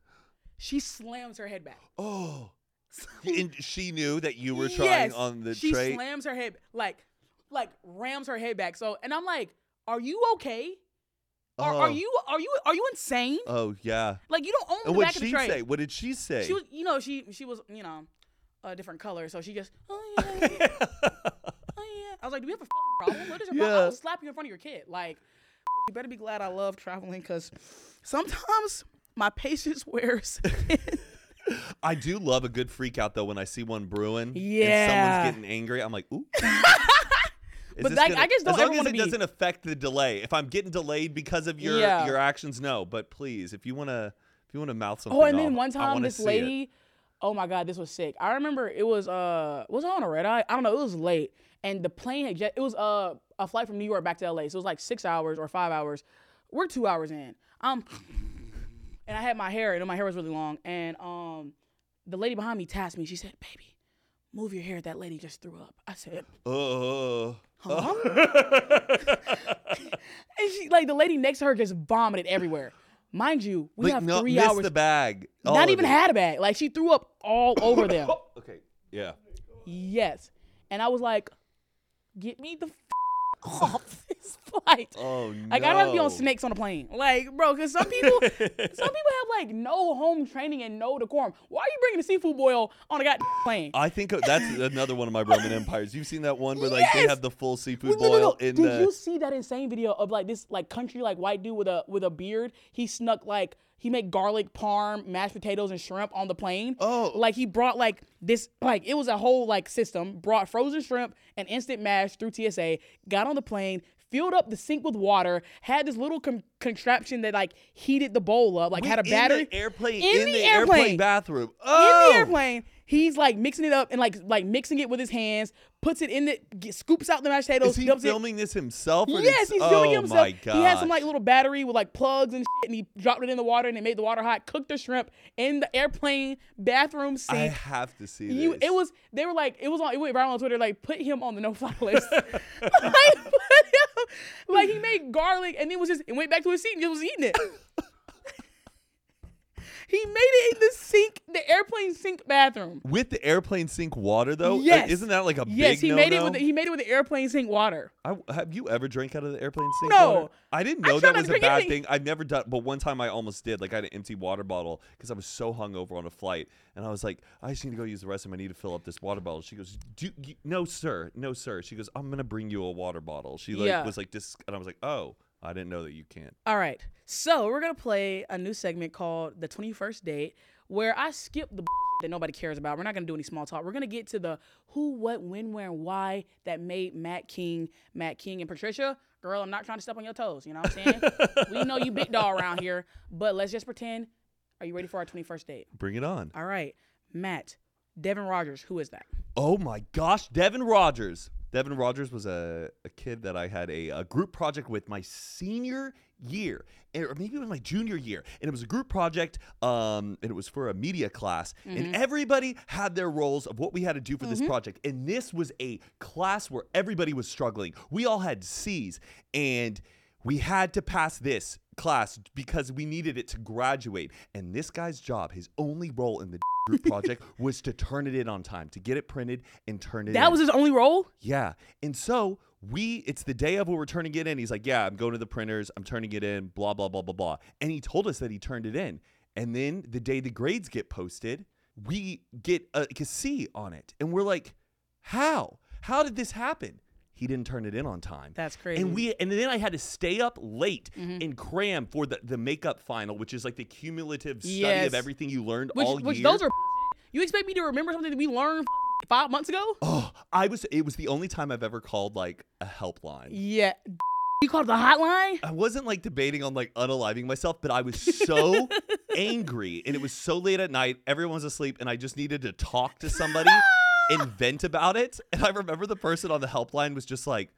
Speaker 1: She slams her head back.
Speaker 2: oh. And she knew that you were trying
Speaker 1: Yes,
Speaker 2: on the
Speaker 1: she
Speaker 2: tray.
Speaker 1: slams her head like like rams her head back. So and I'm like, are you okay? Are,
Speaker 2: Oh.
Speaker 1: are you are you are you insane?
Speaker 2: oh yeah.
Speaker 1: Like you don't own
Speaker 2: And
Speaker 1: the
Speaker 2: what
Speaker 1: back of
Speaker 2: did
Speaker 1: the
Speaker 2: she
Speaker 1: tray.
Speaker 2: say? What did she say?
Speaker 1: She was, you know, she she was, you know, a different color, so she just, oh yeah, oh, yeah. oh yeah. I was like, do we have a fucking problem? What is your problem?
Speaker 2: Yeah.
Speaker 1: I will slap you in front of your kid. Like, you better be glad I love traveling, cause sometimes my patience wears. thin.
Speaker 2: I do love a good freak out though when I see one brewing. And
Speaker 1: Yeah.
Speaker 2: someone's getting angry. I'm like, ooh. Is
Speaker 1: But
Speaker 2: this
Speaker 1: like, I just don't
Speaker 2: as
Speaker 1: ever
Speaker 2: long as
Speaker 1: wanna
Speaker 2: it
Speaker 1: be-
Speaker 2: doesn't affect the delay. If I'm getting delayed because of your
Speaker 1: Yeah.
Speaker 2: your actions, no. But please, if you wanna if you wanna mouth something,
Speaker 1: oh, and
Speaker 2: off,
Speaker 1: then one
Speaker 2: I
Speaker 1: time
Speaker 2: wanna
Speaker 1: this
Speaker 2: see it.
Speaker 1: lady, oh my god, this was sick. I remember it was uh, was I on a red eye? I don't know. It was late, and the plane had just, it was uh a flight from New York back to LA, so it was like six hours or five hours. We're two hours in. I'm and I had my hair, and my hair was really long. And um, the lady behind me tapped me. She said, "Baby, move your hair." That lady just threw up. I said,
Speaker 2: Oh.
Speaker 1: "Huh?" and she, like, the lady next to her just vomited everywhere. Mind you, we
Speaker 2: Like,
Speaker 1: have
Speaker 2: no,
Speaker 1: three
Speaker 2: missed
Speaker 1: hours.
Speaker 2: the bag. All
Speaker 1: not
Speaker 2: of
Speaker 1: even
Speaker 2: it.
Speaker 1: had a bag. Like, she threw up all over them.
Speaker 2: Okay. Yeah.
Speaker 1: Yes, and I was like, "Get me the." F- off this flight.
Speaker 2: Oh no.
Speaker 1: Like I'd rather be on snakes on a plane. Like, bro, because some people, some people have like no home training and no decorum. Why are you bringing a seafood boil on a goddamn plane?
Speaker 2: I think that's another one of my Roman empires. You've seen that one where like they
Speaker 1: Yes!
Speaker 2: have the full seafood
Speaker 1: No, no, no.
Speaker 2: boil in
Speaker 1: Did
Speaker 2: the.
Speaker 1: you see that insane video of like this like country like white dude with a with a beard? He snuck like he made garlic parm, mashed potatoes, and shrimp on the plane.
Speaker 2: Oh.
Speaker 1: like he brought like this like it was a whole like system. Brought frozen shrimp and instant mash through TSA. Got on the plane. Filled up the sink with water. Had this little con- contraption that like heated the bowl up. Like had a
Speaker 2: in
Speaker 1: battery.
Speaker 2: the airplane
Speaker 1: In the airplane.
Speaker 2: bathroom.
Speaker 1: in
Speaker 2: Oh.
Speaker 1: the airplane. He's like mixing it up and like like mixing it with his hands. Puts it in the get, scoops out the mashed potatoes.
Speaker 2: Is he
Speaker 1: dumps it-
Speaker 2: filming this himself? Or
Speaker 1: Yes,
Speaker 2: this-
Speaker 1: he's filming
Speaker 2: oh
Speaker 1: himself.
Speaker 2: My God.
Speaker 1: He had some like little battery with like plugs and shit, and he dropped it in the water, and it made the water hot. Cooked the shrimp in the airplane bathroom
Speaker 2: I
Speaker 1: sink.
Speaker 2: have to see
Speaker 1: You,
Speaker 2: this.
Speaker 1: it was they were like it was on it went viral on Twitter like put him on the no fly list like, put him, like he made garlic and it was just it went back to his seat and just was eating it. he made it in the sink, the airplane sink bathroom.
Speaker 2: with the airplane sink water though. Like,
Speaker 1: Yes.
Speaker 2: isn't that like a
Speaker 1: Yes,
Speaker 2: big
Speaker 1: he made it
Speaker 2: no-no?
Speaker 1: with the, he made it with the airplane sink water.
Speaker 2: I, have you ever drank out of the airplane sink?
Speaker 1: No.
Speaker 2: water? I didn't
Speaker 1: I
Speaker 2: know
Speaker 1: try
Speaker 2: that
Speaker 1: not to
Speaker 2: was a
Speaker 1: drink
Speaker 2: bad
Speaker 1: anything.
Speaker 2: thing. I've never done, but one time I almost did. Like I had an empty water bottle because I was so hungover on a flight, and I was like, I just need to go use the restroom. I need to fill up this water bottle. She goes, Do you, no, sir, no, sir. She goes, I'm gonna bring you a water bottle. She like
Speaker 1: Yeah.
Speaker 2: was like this, and I was like, oh, I didn't know that you can't.
Speaker 1: All right. So we're gonna play a new segment called the 21st date, where I skip the bullshit that nobody cares about. We're not gonna do any small talk. We're gonna get to the who, what, when, where, and why that made Matt King, Matt King, and Patricia. Girl, I'm not trying to step on your toes. You know what I'm saying? we know you big dog around here, but let's just pretend. Are you ready for our 21st date?
Speaker 2: Bring it on.
Speaker 1: All right, Matt. Devin Rogers. Who is that?
Speaker 2: Oh my gosh, Devin Rogers. Devin Rogers was a, a kid that I had a, a group project with my senior year, and- or maybe it was my junior year. And it was a group project, um, and it was for a media class. And everybody had their roles of what we had to do for this project. And this was a class where everybody was struggling. We all had C's, and we had to pass this class because we needed it to graduate. And this guy's job, his only role in the group project, was to turn it in on time, to get it printed and turn it in.
Speaker 1: That was his only role.
Speaker 2: Yeah. And so we, it's the day of where we're turning it in. He's like, Yeah, I'm going to the printers. I'm turning it in, blah, blah, blah, blah, blah. And he told us that he turned it in. And then the day the grades get posted, we get a, like a C on it. And we're like, How? How did this happen? He didn't turn it in on time.
Speaker 1: That's crazy. Mm-hmm.
Speaker 2: And we and then I had to stay up late and cram for the, the makeup final, which is like the cumulative study
Speaker 1: Yes.
Speaker 2: of everything you learned
Speaker 1: Which,
Speaker 2: all
Speaker 1: which
Speaker 2: year.
Speaker 1: those are. You expect me to remember something that we learned five months ago?
Speaker 2: oh, I was it was the only time I've ever called like a helpline.
Speaker 1: Yeah. You called the hotline.
Speaker 2: I wasn't like debating on like unaliving myself, but I was so angry and it was so late at night. Everyone's asleep and I just needed to talk to somebody and vent about it. And I remember the person on the helpline was just like,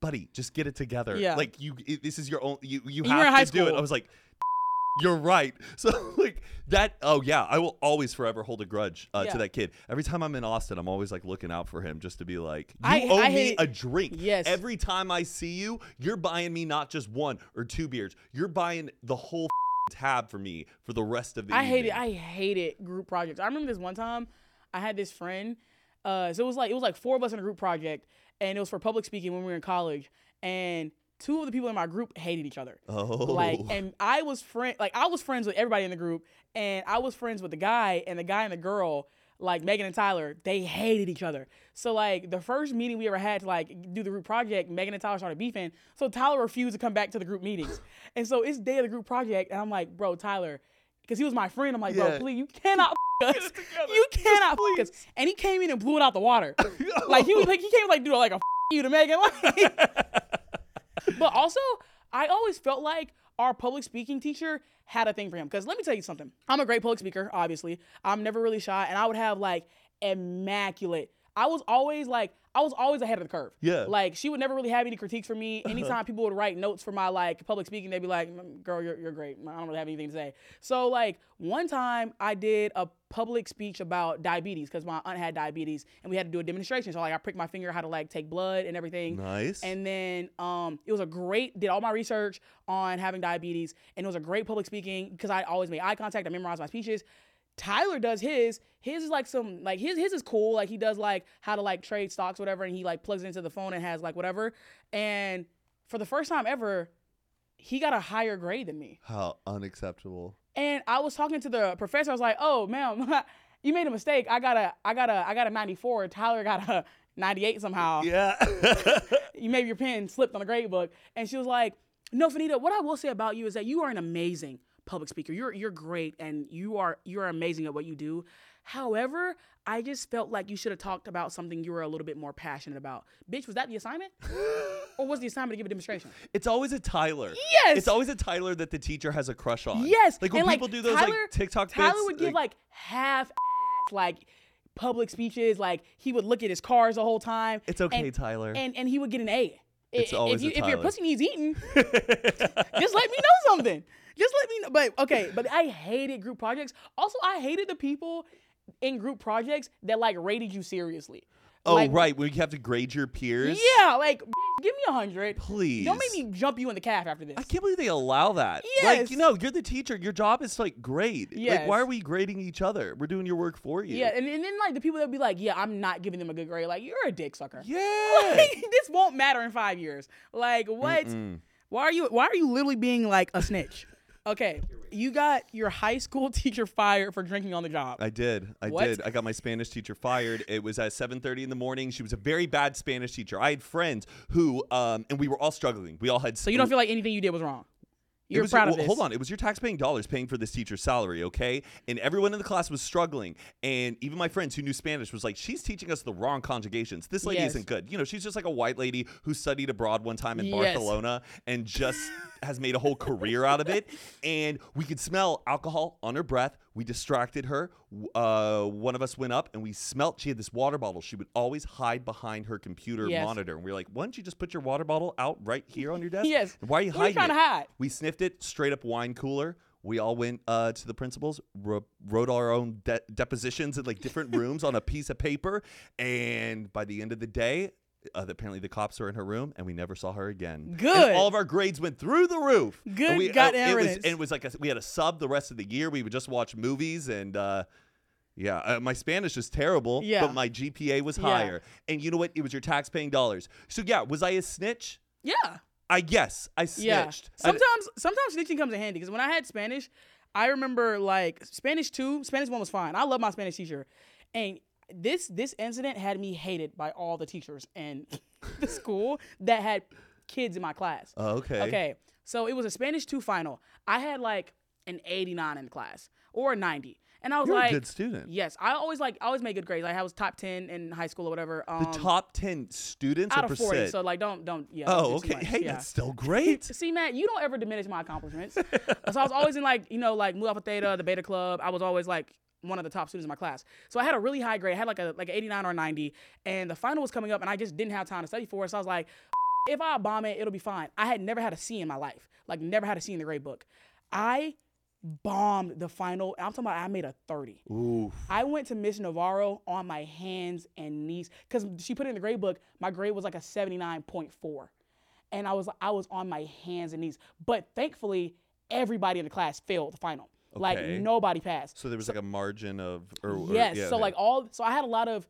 Speaker 2: buddy, just get it together.
Speaker 1: Yeah.
Speaker 2: Like you, it- this is your own, you, you
Speaker 1: You were in
Speaker 2: have
Speaker 1: high
Speaker 2: to do it.
Speaker 1: school.
Speaker 2: I was like, you're right. So like that, oh yeah, I will always forever hold a grudge uh,
Speaker 1: Yeah.
Speaker 2: to that kid. Every time I'm in Austin, I'm always like looking out for him just to be like, you
Speaker 1: I-
Speaker 2: owe
Speaker 1: I
Speaker 2: me
Speaker 1: hate-
Speaker 2: a drink.
Speaker 1: Yes.
Speaker 2: Every every time I see you, you're buying me not just one or two beers. You're buying the whole tab for me for the rest of the
Speaker 1: I hated
Speaker 2: evening.
Speaker 1: I hated group projects. I remember this one time I had this friend. Uh, so it was like it was like four of us in a group project, and it was for public speaking when we were in college. And two of the people in my group hated each other.
Speaker 2: Oh,
Speaker 1: Like, and I was friend like I was friends with everybody in the group, and I was friends with the guy and the guy and the girl. Like Megan and Tyler, they hated each other. So like the first meeting we ever had to like do the group project, Megan and Tyler started beefing. So Tyler refused to come back to the group meetings, and so it's day of the group project, and I'm like, bro, Tyler, because he was my friend. I'm like, bro,
Speaker 2: Yeah.
Speaker 1: please, you cannot f- us. You cannot f- us. And he came in and blew it out the water. like he was like he came like dude like a f- you to Megan. Like, but also, I always felt like our public speaking teacher had a thing for him. Because let me tell you something. I'm a great public speaker, obviously. I'm never really shy, and I would have like immaculate. I was always like, I was always ahead of the curve.
Speaker 2: Yeah.
Speaker 1: Like she would never really have any critiques for me. Anytime people would write notes for my like public speaking, they'd be like, "Mm, "Girl, you're you're great. I don't really have anything to say." So like one time I did a public speech about diabetes because my aunt had diabetes and we had to do a demonstration. So like I pricked my finger how to like take blood and everything.
Speaker 2: nice.
Speaker 1: And then um, it was a great, did all my research on having diabetes, and it was a great public speaking because I always made eye contact. I memorized my speeches. Tyler does his. His is like some like his his is cool. Like he does like how to like trade stocks, whatever, and he like plugs it into the phone and has like whatever. And for the first time ever, he got a higher grade than me.
Speaker 2: How unacceptable.
Speaker 1: And I was talking to the professor. I was like, "Oh, ma'am, you made a mistake. I got a I got a I got a 94. Tyler got a 98 somehow."
Speaker 2: Yeah.
Speaker 1: you maybe your pen slipped on the grade book. And she was like, No, Fanita, what I will say about you is that you are an amazing public speaker. You're you're great and you are you are amazing at what you do. However, I just felt like you should have talked about something you were a little bit more passionate about. Bitch, was that the assignment? or was the assignment to give a demonstration?
Speaker 2: it's always a Tyler.
Speaker 1: Yes!
Speaker 2: It's always a Tyler that the teacher has a crush on.
Speaker 1: Yes.
Speaker 2: Like when
Speaker 1: and,
Speaker 2: people do those
Speaker 1: Tyler-
Speaker 2: like TikTok
Speaker 1: Tyler
Speaker 2: bits,
Speaker 1: would give like, half like public speeches. Like he would look at his cars the whole time.
Speaker 2: It's okay,
Speaker 1: and-
Speaker 2: Tyler.
Speaker 1: And and he would get an A.
Speaker 2: It's
Speaker 1: I- if,
Speaker 2: always
Speaker 1: you,
Speaker 2: a
Speaker 1: if your
Speaker 2: Tyler.
Speaker 1: pussy needs eating, just let me know something. Just let me know. But okay, but I hated group projects. Also, I hated the people in group projects that like rated you seriously.
Speaker 2: oh
Speaker 1: Like,
Speaker 2: right, when you have to grade your peers.
Speaker 1: Yeah, like bitch, give me a hundred.
Speaker 2: Please.
Speaker 1: Don't make me jump you in the calf after this.
Speaker 2: I can't believe they allow that.
Speaker 1: Yes.
Speaker 2: Like, you know, you're the teacher. Your job is to, like grade. Like, why
Speaker 1: Yes.
Speaker 2: are we grading each other? We're doing your work for you.
Speaker 1: Yeah, and, and then like the people that be like, yeah, I'm not giving them a good grade. Like you're a dick sucker.
Speaker 2: Yeah.
Speaker 1: this won't matter in five years. Like what? Why are you? Why are you literally being like a snitch? Okay, you got your high school teacher fired for drinking on the job.
Speaker 2: I did. I
Speaker 1: What?
Speaker 2: did. I got my Spanish teacher fired. It was at 7:30 in the morning. She was a very bad Spanish teacher. I had friends who, um, and we were all struggling. We all had.
Speaker 1: so you don't feel like anything you did was wrong.
Speaker 2: It
Speaker 1: You're
Speaker 2: was-
Speaker 1: proud
Speaker 2: well,
Speaker 1: of this.
Speaker 2: Hold on, it was your tax-paying dollars paying for this teacher's salary, okay? And everyone in the class was struggling, and even my friends who knew Spanish was like, "She's teaching us the wrong conjugations. This lady
Speaker 1: Yes.
Speaker 2: isn't good." You know, she's just like a white lady who studied abroad one time in
Speaker 1: Yes.
Speaker 2: Barcelona and just has made a whole career out of it. And we could smell alcohol on her breath. We distracted her. W- Uh, one of us went up and we smelt. She had this water bottle. She would always hide behind her computer
Speaker 1: Yes.
Speaker 2: monitor. And we were like, why don't you just put your water bottle out right here on your desk?
Speaker 1: Yes.
Speaker 2: Why are you
Speaker 1: What are you
Speaker 2: hiding
Speaker 1: trying
Speaker 2: it?
Speaker 1: to hide?
Speaker 2: We sniffed it straight up wine cooler. We all went uh, to the principal's, wro- wrote our own de- depositions in like different rooms on a piece of paper, and by the end of the day, uh, apparently the cops were in her room, and we never saw her again. And
Speaker 1: Good.
Speaker 2: all of our grades went through the roof. And
Speaker 1: Good
Speaker 2: we, uh,
Speaker 1: goddamn
Speaker 2: it was,
Speaker 1: riddance.
Speaker 2: and it was like a, we had a sub the rest of the year. We would just watch movies and. Uh, yeah, uh, my Spanish is terrible,
Speaker 1: Yeah.
Speaker 2: but my GPA was
Speaker 1: Yeah.
Speaker 2: higher. And you know what? It was your tax-paying dollars. So yeah, was I a snitch?
Speaker 1: Yeah.
Speaker 2: I yes, I snitched.
Speaker 1: Yeah.
Speaker 2: I-
Speaker 1: Sometimes sometimes snitching comes in handy because when I had Spanish, I remember like Spanish two, Spanish one was fine. I love my Spanish teacher, and this this incident had me hated by all the teachers in the school that had kids in my class.
Speaker 2: Oh, okay.
Speaker 1: Okay. So it was a Spanish two final. I had like an 89 in class or a 90, and I was
Speaker 2: You're a
Speaker 1: like,
Speaker 2: good student.
Speaker 1: Yes, I always like I always made good grades. Like I was top 10 in high school or whatever. Um,
Speaker 2: The top ten students
Speaker 1: out
Speaker 2: or
Speaker 1: of
Speaker 2: percent.
Speaker 1: 40. So like don't don't yeah. don't do
Speaker 2: oh,
Speaker 1: too
Speaker 2: okay.
Speaker 1: much,
Speaker 2: Hey,
Speaker 1: yeah.
Speaker 2: that's still great.
Speaker 1: See, Matt, you don't ever diminish my accomplishments. so I was always in like, you know, like Mu Alpha Theta, the Beta Club. I was always like one of the top students in my class. So I had a really high grade. I had like a like an 89 or a 90, and the final was coming up, and I just didn't have time to study for it. So I was like, if I bomb it, it'll be fine. I had never had a C in my life, like never had a C in the grade book. I bombed the final. I'm talking about I made a 30.
Speaker 2: Ooh.
Speaker 1: I went to Miss Navarro on my hands and knees because she put it in the grade book. My grade was like a 79.4. And I was I was on my hands and knees. But thankfully, everybody in the class failed the final. Like
Speaker 2: Okay.
Speaker 1: nobody passed.
Speaker 2: So there was like a margin of or, or-
Speaker 1: Yes.
Speaker 2: yeah,
Speaker 1: so
Speaker 2: yeah.
Speaker 1: like all so I had a lot of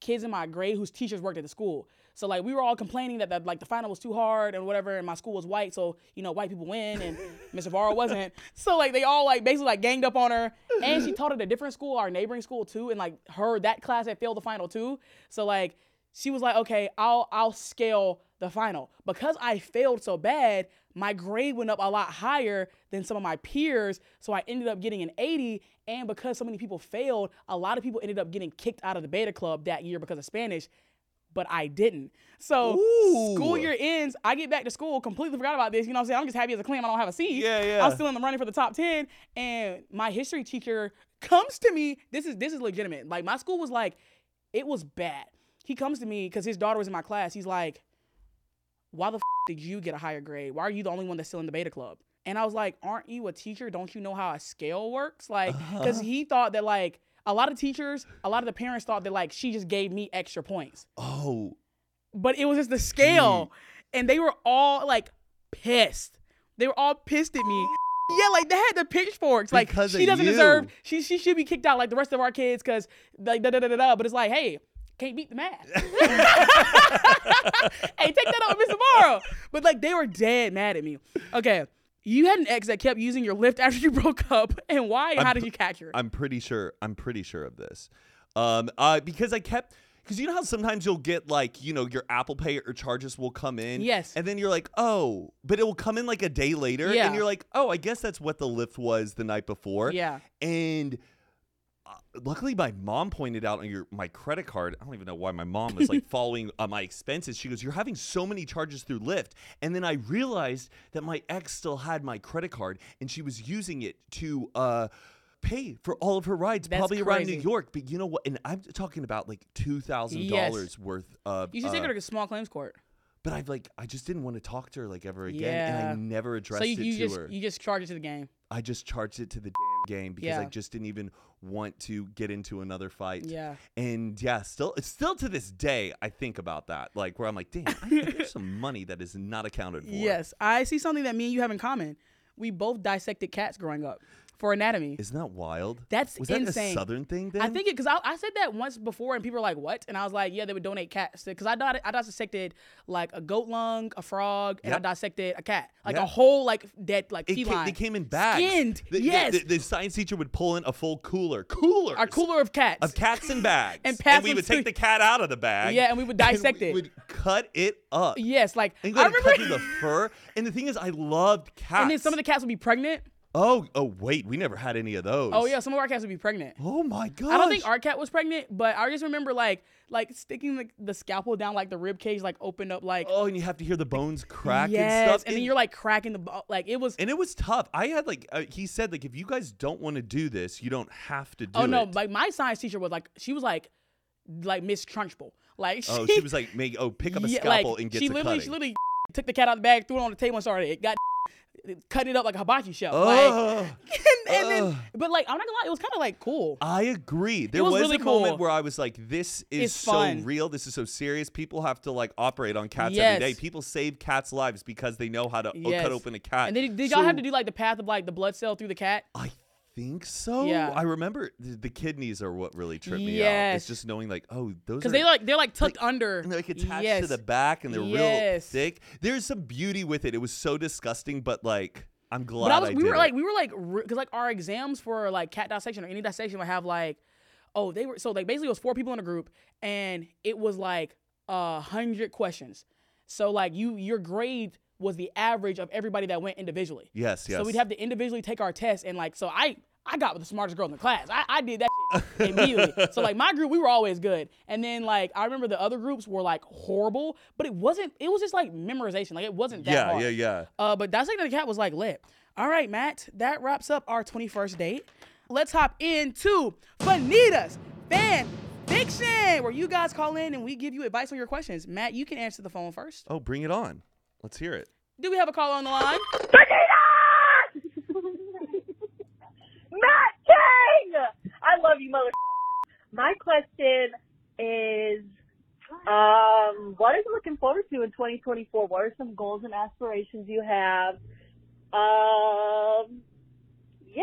Speaker 1: kids in my grade whose teachers worked at the school. So like we were all complaining that, that like the final was too hard and whatever and my school was white, so you know, white people win and Miss Navarro wasn't. So like they all like basically like ganged up on her. And she taught at a different school, our neighboring school too, and like her that class had failed the final too. So like she was like, okay, I'll I'll scale the final. Because I failed so bad, my grade went up a lot higher than some of my peers. So I ended up getting an 80. And because so many people failed, a lot of people ended up getting kicked out of the beta club that year because of Spanish. But I didn't. So school
Speaker 2: Ooh.
Speaker 1: year ends. I get back to school, completely forgot about this. You know what I'm saying? I'm just happy as a clam. I don't have a C.
Speaker 2: Yeah,
Speaker 1: I
Speaker 2: yeah.
Speaker 1: was still in the running for the top 10. And my history teacher comes to me. This is this is legitimate. Like my school was like, it was bad. He comes to me because his daughter was in my class. He's like, why the f- did you get a higher grade? Why are you the only one that's still in the beta club? And I was like, aren't you a teacher? Don't you know how a scale works? Like, because he thought that like a lot of teachers, a lot of the parents thought that like she just gave me extra points,
Speaker 2: oh,
Speaker 1: but it was just the scale, and they were all like pissed. They were all pissed at me. Yeah, like they had the pitchforks. Like
Speaker 2: Because of
Speaker 1: she doesn't
Speaker 2: you.
Speaker 1: deserve. She she should be kicked out like the rest of our kids because like da da da da da. But it's like, hey, can't beat the math. hey, take that up with Miss Navarro. But like they were dead mad at me. Okay. You had an ex that kept using your lift after you broke up, and why? And how did you catch her?
Speaker 2: I'm pretty sure. I'm pretty sure of this. Um, uh, because I kept. Because you know how sometimes you'll get like you know your Apple Pay or charges will come in,
Speaker 1: Yes.
Speaker 2: and then you're like, oh, but it will come in like a day later,
Speaker 1: Yeah.
Speaker 2: and you're like, oh, I guess that's what the lift was the night before,
Speaker 1: Yeah.
Speaker 2: And uh, luckily, my mom pointed out on your my credit card. I don't even know why my mom was like following uh, my expenses. She goes, "You're having so many charges through Lyft," and then I realized that my ex still had my credit card, and she was using it to. Uh, Pay for all of her rides,
Speaker 1: That's
Speaker 2: probably around New
Speaker 1: crazy.
Speaker 2: York. But you know what? And I'm talking about like two thousand dollars worth of.
Speaker 1: You should take
Speaker 2: uh,
Speaker 1: her to a small claims court.
Speaker 2: But I've like, I just didn't want to talk to her like ever again, and I
Speaker 1: Yeah.
Speaker 2: never
Speaker 1: So
Speaker 2: addressed
Speaker 1: you,
Speaker 2: it
Speaker 1: you
Speaker 2: to
Speaker 1: just
Speaker 2: her.
Speaker 1: you just charge it to the game.
Speaker 2: I just charged it to the damn game because I
Speaker 1: Yeah.
Speaker 2: just didn't even want to get into another fight.
Speaker 1: Yeah.
Speaker 2: And yeah, still still to this day I think about that. Like where I'm like, damn, I, there's some money that is not accounted for.
Speaker 1: Yes, I see something that me and you have in common. We both dissected cats growing up for anatomy.
Speaker 2: Isn't that wild?
Speaker 1: That's
Speaker 2: Was that a
Speaker 1: insane.
Speaker 2: southern thing then?
Speaker 1: I think it because I, I said that once before and people were like, "What?" And I was like, "Yeah, they would donate cats because I di- I dissected like a goat lung, a frog, and
Speaker 2: Yep.
Speaker 1: I dissected a cat, like a
Speaker 2: Yep.
Speaker 1: whole like dead like
Speaker 2: it came,
Speaker 1: feline.
Speaker 2: they came in bags.
Speaker 1: Skinned,
Speaker 2: The, the-
Speaker 1: yes.
Speaker 2: The, the science teacher would pull in a full cooler, cooler,
Speaker 1: Our cooler of cats.
Speaker 2: of cats in bags,
Speaker 1: And pass
Speaker 2: we
Speaker 1: them
Speaker 2: would
Speaker 1: to-
Speaker 2: take the cat out of the bag.
Speaker 1: Yeah, and we would dissect
Speaker 2: we
Speaker 1: it.
Speaker 2: Would cut it up.
Speaker 1: yes, like
Speaker 2: And you
Speaker 1: I
Speaker 2: gotta cut through
Speaker 1: remember.
Speaker 2: the fur. And the thing is, I loved cats.
Speaker 1: And then some of the cats would be pregnant.
Speaker 2: Oh, oh wait, we never had any of those.
Speaker 1: Oh yeah, some of our cats would be pregnant.
Speaker 2: Oh my god.
Speaker 1: I don't think our cat was pregnant, but I just remember like like sticking the, the scalpel down like the rib cage like opened up like
Speaker 2: Oh, and you have to hear the bones crack
Speaker 1: yes,
Speaker 2: and stuff.
Speaker 1: then you're like cracking the bo- like it was
Speaker 2: and it was tough. I had like uh, he said like if you guys don't want to do this, you don't have to do
Speaker 1: oh no
Speaker 2: it.
Speaker 1: like my science teacher was like she was like like Miss Trunchbull like she,
Speaker 2: oh, she was like make oh pick up a
Speaker 1: yeah,
Speaker 2: scalpel
Speaker 1: like,
Speaker 2: and get
Speaker 1: she
Speaker 2: to
Speaker 1: literally
Speaker 2: cutting.
Speaker 1: she literally took the cat out of the bag threw it on the table and started it got cut it up like a hibachi shell like
Speaker 2: oh,
Speaker 1: and, and then
Speaker 2: Ugh.
Speaker 1: but like I'm not gonna lie it was kind of like cool
Speaker 2: I agree. There
Speaker 1: was
Speaker 2: was,
Speaker 1: really
Speaker 2: a moment
Speaker 1: cool.
Speaker 2: where I was like, "This is
Speaker 1: It's
Speaker 2: so
Speaker 1: fun.
Speaker 2: real. This is so serious. People have to like operate on cats
Speaker 1: Yes.
Speaker 2: every day. People save cats' lives because they know how to o-
Speaker 1: Yes.
Speaker 2: cut open a cat."
Speaker 1: and then did y'all have
Speaker 2: So-
Speaker 1: to do like the path of like the blood cell through the cat
Speaker 2: I think so.
Speaker 1: Yeah.
Speaker 2: I remember th- the kidneys are what really tripped me out.
Speaker 1: Yes.
Speaker 2: It's just knowing like, oh, those are
Speaker 1: because they like they're like tucked under
Speaker 2: and they're like attached to
Speaker 1: Yes.
Speaker 2: the back and they're real
Speaker 1: Yes.
Speaker 2: thick. There's some beauty with it. It was so disgusting, but like I'm glad
Speaker 1: But I was,
Speaker 2: I
Speaker 1: we
Speaker 2: did
Speaker 1: were
Speaker 2: it.
Speaker 1: like, we were like, because like our exams for like cat dissection or any dissection would have like, oh, they were so like basically it was four people in a group and it was like a hundred questions. So like you, your grade was the average of everybody that went individually.
Speaker 2: yes, yes.
Speaker 1: So we'd have to individually take our test and like, so I, I got with the smartest girl in the class. I, I did that shit immediately. So like my group, we were always good. And then like I remember the other groups were like horrible, but it wasn't. It was just like memorization. Like it wasn't that
Speaker 2: yeah,
Speaker 1: hard.
Speaker 2: yeah, yeah.
Speaker 1: Uh, but dissecting the cat was like lit. All right, Matt, that wraps up our 21st date. Let's hop into Bonita's fan fiction, where you guys call in and we give you advice on your questions. Matt, you can answer the phone first.
Speaker 2: Oh, bring it on. Let's hear it.
Speaker 1: Do we have a caller on the line?
Speaker 4: Matt King! I love you, mother. My question is, um, what are you looking forward to in 2024? What are some goals and aspirations you have? Um, yeah.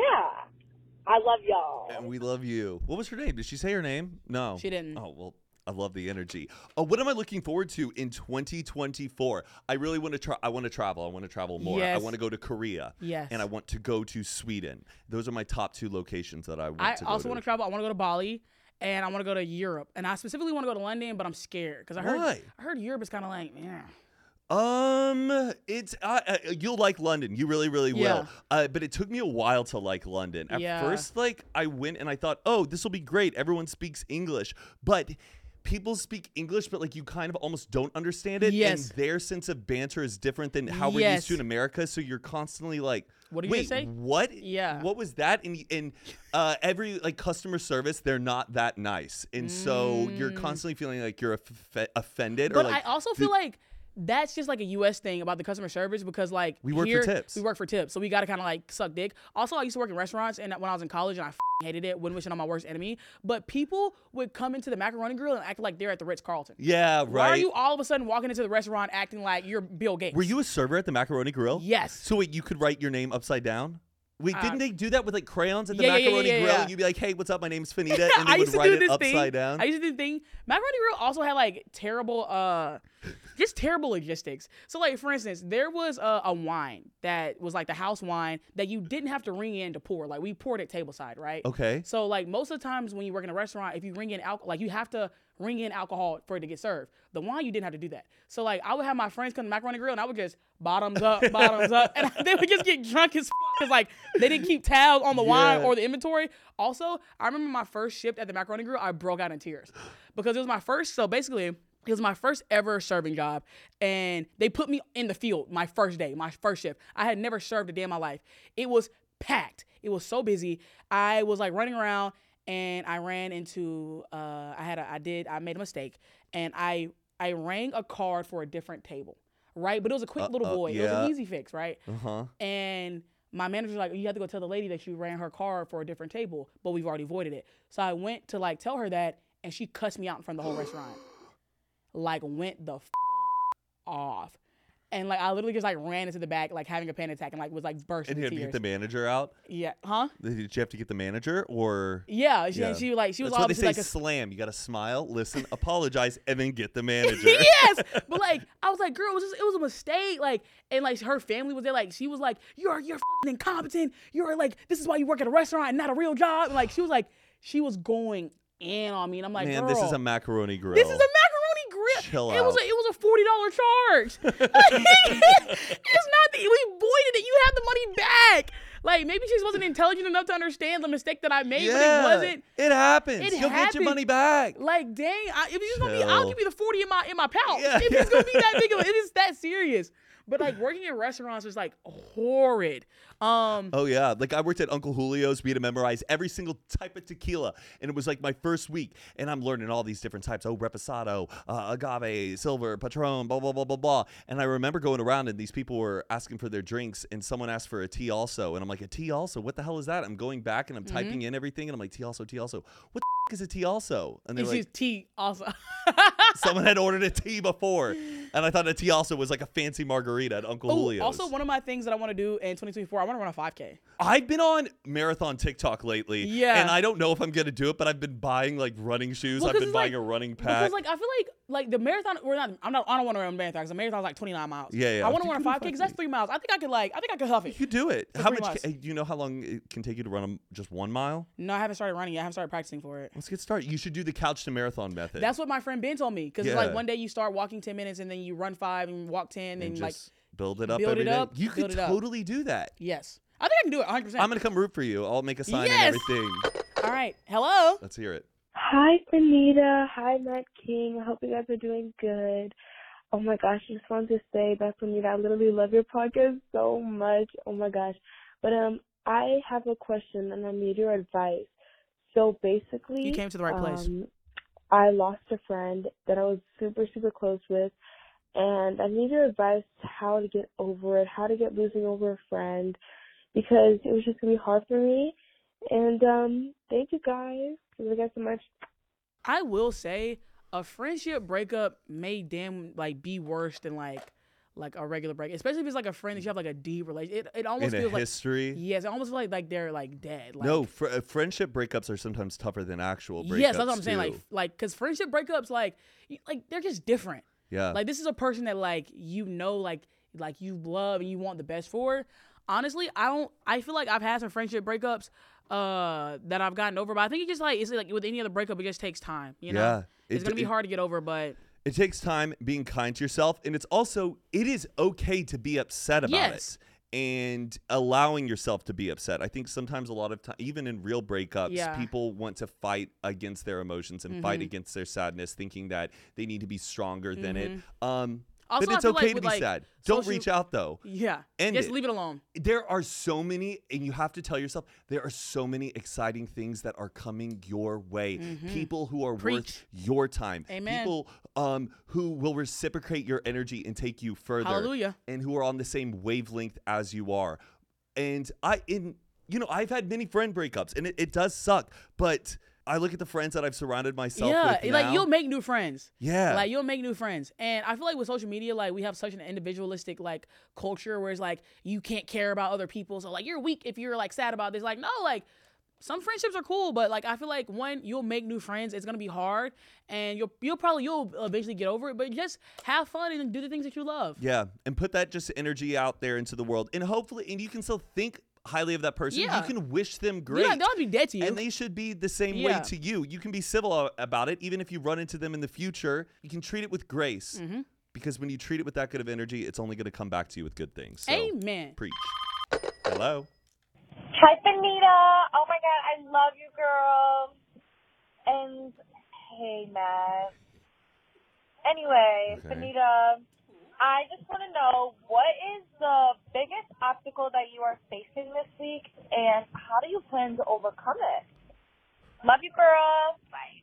Speaker 4: I love y'all.
Speaker 2: And we love you. What was her name? Did she say her name? No.
Speaker 1: She didn't.
Speaker 2: Oh, well, I love the energy. Uh, what am I looking forward to in 2024? I really want to try. I want to travel. I want to travel more. I
Speaker 1: Yes.
Speaker 2: want to go to Korea.
Speaker 1: Yes.
Speaker 2: And I want to go to Sweden. Those are my top two locations that I want
Speaker 1: I
Speaker 2: to go
Speaker 1: also
Speaker 2: to.
Speaker 1: want to travel. I want to go to Bali and I want to go to Europe. And I specifically want to go to London, but I'm scared because I heard
Speaker 2: Why?
Speaker 1: I heard Europe is kind of like, yeah.
Speaker 2: Um, it's uh, uh, you'll like London. You really, really
Speaker 1: Yeah.
Speaker 2: will. Uh, but it took me a while to like London. At
Speaker 1: Yeah.
Speaker 2: first, like I went and I thought, oh, this will be great. Everyone speaks English, but people speak English, but like you kind of almost don't understand it.
Speaker 1: Yes.
Speaker 2: And their sense of banter is different than how we're used to
Speaker 1: Yes.
Speaker 2: in America. So you're constantly like,
Speaker 1: What did you
Speaker 2: Wait,
Speaker 1: just say?"
Speaker 2: What?
Speaker 1: Yeah.
Speaker 2: What was that? And and uh, every like customer service, they're not that nice, and so you're constantly feeling like you're aff- offended.
Speaker 1: Mm. But
Speaker 2: or like,
Speaker 1: I also feel like that's just like a U.S. thing about the customer service because like
Speaker 2: We work for
Speaker 1: here,
Speaker 2: tips.
Speaker 1: We work for tips, so we gotta kind of like suck dick. Also, I used to work in restaurants, and when I was in college, and I f***ing hated it. Wouldn't wish it on my worst enemy. But people would come into the macaroni grill and act like they're at the Ritz Carlton.
Speaker 2: yeah, right.
Speaker 1: Why are you all of a sudden walking into the restaurant acting like you're Bill Gates?
Speaker 2: Were you a server at the Macaroni Grill?
Speaker 1: Yes. Uh,
Speaker 2: So wait, you could write your name upside down. Wait, didn't they do that with like crayons at the
Speaker 1: yeah, yeah, yeah,
Speaker 2: Macaroni
Speaker 1: yeah,
Speaker 2: Grill?
Speaker 1: yeah.
Speaker 2: You'd be like, "Hey, what's up? My name's Finita," and
Speaker 1: I
Speaker 2: they would
Speaker 1: used to
Speaker 2: write
Speaker 1: do
Speaker 2: it
Speaker 1: this
Speaker 2: upside
Speaker 1: thing.
Speaker 2: down.
Speaker 1: I used to do the thing. Macaroni Grill also had like terrible, uh, just terrible logistics. So like for instance, there was a, a wine that was like the house wine that you didn't have to ring in to pour. Like we poured it tableside, right?
Speaker 2: okay.
Speaker 1: So like most of the times when you work in a restaurant, if you ring in alcohol, like you have to ring in alcohol for it to get served. The wine you didn't have to do that. So like I would have my friends come to Macaroni Grill and I would just bottoms up, bottoms up, and they would just get drunk as because like they didn't keep tabs on the wine
Speaker 2: Yeah.
Speaker 1: or the inventory. Also, I remember my first shift at the Macaroni Grill, I broke out in tears because it was my first. So basically. It was my first ever serving job, and they put me in the field my first day, my first shift. I had never served a day in my life. It was packed. It was so busy. I was like running around and I ran into uh I had a I did I made a mistake and I I rang a card for a different table. Right? But it was a quick little
Speaker 2: Uh-oh,
Speaker 1: boy. It was
Speaker 2: yeah.
Speaker 1: an easy fix, right?
Speaker 2: Uh huh.
Speaker 1: And my manager's like, you have to go tell the lady that you ran her card for a different table, but we've already voided it. So I went to like tell her that and she cussed me out in front of the whole restaurant. Like went the f- off. And like I literally just like ran into the back, like having a panic attack and like was like bursting
Speaker 2: And
Speaker 1: in
Speaker 2: you had to get
Speaker 1: tears.
Speaker 2: the manager out.
Speaker 1: yeah. Huh?
Speaker 2: Did you have to get the manager or?
Speaker 1: Yeah, she,
Speaker 2: Yeah.
Speaker 1: she was like she was
Speaker 2: That's why they
Speaker 1: obviously
Speaker 2: say
Speaker 1: like a
Speaker 2: slam. You got to smile, listen, apologize, and then get the manager.
Speaker 1: yes, but like I was like, girl, it was just, it was a mistake. Like and like her family was there. Like she was like, you're you're fing incompetent. You're like this is why you work at a restaurant and not a real job. And like she was like she was going in on me, and I'm like,
Speaker 2: Man,
Speaker 1: girl,
Speaker 2: this is a macaroni grill.
Speaker 1: this is a macaroni grill.
Speaker 2: Chill
Speaker 1: it was a,
Speaker 2: out.
Speaker 1: it was a forty dollar charge. Like, it's not that we voided it. You have the money back. Like maybe she wasn't intelligent enough to understand the mistake that I made,
Speaker 2: Yeah,
Speaker 1: but it wasn't.
Speaker 2: It happens.
Speaker 1: it
Speaker 2: You'll get your
Speaker 1: happened.
Speaker 2: money back.
Speaker 1: Like dang, I, if it's just gonna be, I'll
Speaker 2: Chill.
Speaker 1: give you the forty in my in my pouch.
Speaker 2: Yeah,
Speaker 1: if
Speaker 2: yeah.
Speaker 1: it's gonna be that big, of, it is that serious. But like working in restaurants is like horrid. Um,
Speaker 2: Oh yeah, like I worked at Uncle Julio's. We had to memorize every single type of tequila, and it was like my first week, and I'm learning all these different types. Oh, reposado, uh, agave, silver, patron, blah blah blah blah blah. And I remember going around, and these people were asking for their drinks, and someone asked for a tea also, and I'm like, a tea also? What the hell is that? I'm going back and I'm typing in everything, and I'm like, tea also, tea also. What the f- is a tea also? And Oh, they're
Speaker 1: it's
Speaker 2: like,
Speaker 1: just tea also.
Speaker 2: someone had ordered a tea before, and I thought a tea also was like a fancy margarita at Uncle
Speaker 1: Ooh,
Speaker 2: Julio's.
Speaker 1: Oh, also, one of my things that I want to do in 2024, I want to run a 5K.
Speaker 2: I've been on marathon TikTok lately.
Speaker 1: Yeah.
Speaker 2: And I don't know if I'm gonna do it, but I've been buying like running shoes.
Speaker 1: Well,
Speaker 2: I've
Speaker 1: 'cause
Speaker 2: been
Speaker 1: it's
Speaker 2: buying
Speaker 1: like-
Speaker 2: a running
Speaker 1: Because
Speaker 2: pack.
Speaker 1: like I feel like like the marathon, we're not. I'm not. I don't want to run a marathon because the marathon's like 29 miles.
Speaker 2: Yeah, yeah.
Speaker 1: I want to
Speaker 2: You
Speaker 1: run a
Speaker 2: can do
Speaker 1: 5K because
Speaker 2: 5K.
Speaker 1: that's three miles. I think I could like. I think I could huff it.
Speaker 2: you do it. How
Speaker 1: three
Speaker 2: much?
Speaker 1: miles.
Speaker 2: Can, do you know how long it can take you to run a m just one mile?
Speaker 1: No, I haven't started running yet. I haven't started practicing for it.
Speaker 2: Let's get started. You should do the couch to marathon method.
Speaker 1: That's what my friend Ben told me. Because it's like
Speaker 2: Yeah.
Speaker 1: one day you start walking 10 minutes and then you run five and walk 10 and,
Speaker 2: and
Speaker 1: like
Speaker 2: just build it up
Speaker 1: build
Speaker 2: every
Speaker 1: it
Speaker 2: day.
Speaker 1: up,
Speaker 2: you could
Speaker 1: build it up.
Speaker 2: totally do that.
Speaker 1: yes. I think I can do it 100. percent
Speaker 2: I'm gonna come root for you. I'll make a sign
Speaker 1: Yes!
Speaker 2: and everything.
Speaker 1: All right. Hello.
Speaker 2: Let's hear it.
Speaker 5: Hi, Benita. Hi, Matt King. I hope you guys are doing good. Oh my gosh, I just wanted to say, Beth Benita, I literally love your podcast so much. Oh my gosh. But um, I have a question and I need your advice. So basically,
Speaker 1: You came to the right place.
Speaker 5: um, I lost a friend that I was super, super close with, and I need your advice how to get over it, how to get losing over a friend, because it was just gonna be hard for me. And um, thank you guys. Thank you guys so much.
Speaker 1: I will say a friendship breakup may damn like be worse than like like a regular break, especially if it's like a friend that you have like a deep relationship. It, it almost
Speaker 2: In a
Speaker 1: feels like
Speaker 2: history.
Speaker 1: yes, it almost feels like like they're like dead. Like,
Speaker 2: no, fr- uh, friendship breakups are sometimes tougher than actual breakups.
Speaker 1: yes, that's what I'm saying. Like
Speaker 2: too.
Speaker 1: like because friendship breakups like y- like they're just different.
Speaker 2: yeah.
Speaker 1: Like this is a person that like you know like like you love and you want the best for. Honestly, I don't. I feel like I've had some friendship breakups uh that I've gotten over, but I think it just like it's like with any other breakup, it just takes time. You know,
Speaker 2: Yeah. It
Speaker 1: it's
Speaker 2: d-
Speaker 1: gonna be
Speaker 2: it-
Speaker 1: hard to get over, but
Speaker 2: It takes time being kind to yourself, and it's also it is okay to be upset about
Speaker 1: Yes.
Speaker 2: it and allowing yourself to be upset. I think sometimes a lot of time, even in real breakups,
Speaker 1: Yeah. Mm-hmm.
Speaker 2: people want to fight against their emotions and fight against their sadness, thinking that they need to be stronger than it. Um,
Speaker 1: Mm-hmm. Also,
Speaker 2: but
Speaker 1: I
Speaker 2: it's
Speaker 1: feel like
Speaker 2: okay to
Speaker 1: with,
Speaker 2: be
Speaker 1: like,
Speaker 2: sad. Don't
Speaker 1: social-
Speaker 2: reach out though.
Speaker 1: Yeah.
Speaker 2: End
Speaker 1: Just
Speaker 2: it.
Speaker 1: leave it alone.
Speaker 2: There are so many, and you have to tell yourself there are so many exciting things that are coming your way. People who are
Speaker 1: Mm-hmm. Preach.
Speaker 2: worth your time.
Speaker 1: Amen.
Speaker 2: People um, who will reciprocate your energy and take you further.
Speaker 1: Hallelujah.
Speaker 2: And who are on the same wavelength as you are. And I, in you know, I've had many friend breakups, and it, it does suck. But I look at the friends that I've surrounded myself
Speaker 1: yeah.
Speaker 2: with now.
Speaker 1: Like you'll make new friends.
Speaker 2: yeah,
Speaker 1: Like you'll make new friends. And I feel like with social media, like we have such an individualistic like culture where it's like you can't care about other people. So like you're weak if you're like sad about this. Like, no, like some friendships are cool, but like I feel like one, you'll make new friends. It's gonna be hard, and you'll you'll probably you'll eventually get over it. But just have fun and do the things that you love.
Speaker 2: Yeah, and put that just energy out there into the world, and hopefully, and you can still think highly of that person.
Speaker 1: Yeah.
Speaker 2: You can wish them
Speaker 1: You're
Speaker 2: great.
Speaker 1: not- they'll be dead to you.
Speaker 2: and they should be the same way
Speaker 1: Yeah.
Speaker 2: to you. You can be civil a- about it, even if you run into them in the future. You can treat it with grace,
Speaker 1: Mm-hmm.
Speaker 2: because when you treat it with that good of energy, it's only going to come back to you with good things. So,
Speaker 1: Amen.
Speaker 2: Preach. Hello.
Speaker 6: Hi, Benita. Oh my God, I love you, girl. And hey, Matt. Anyway,
Speaker 2: Okay.
Speaker 6: Benita, I just want to know what is the biggest obstacle that you are facing this week, and how do you plan to overcome it? Love you, girl. Bye.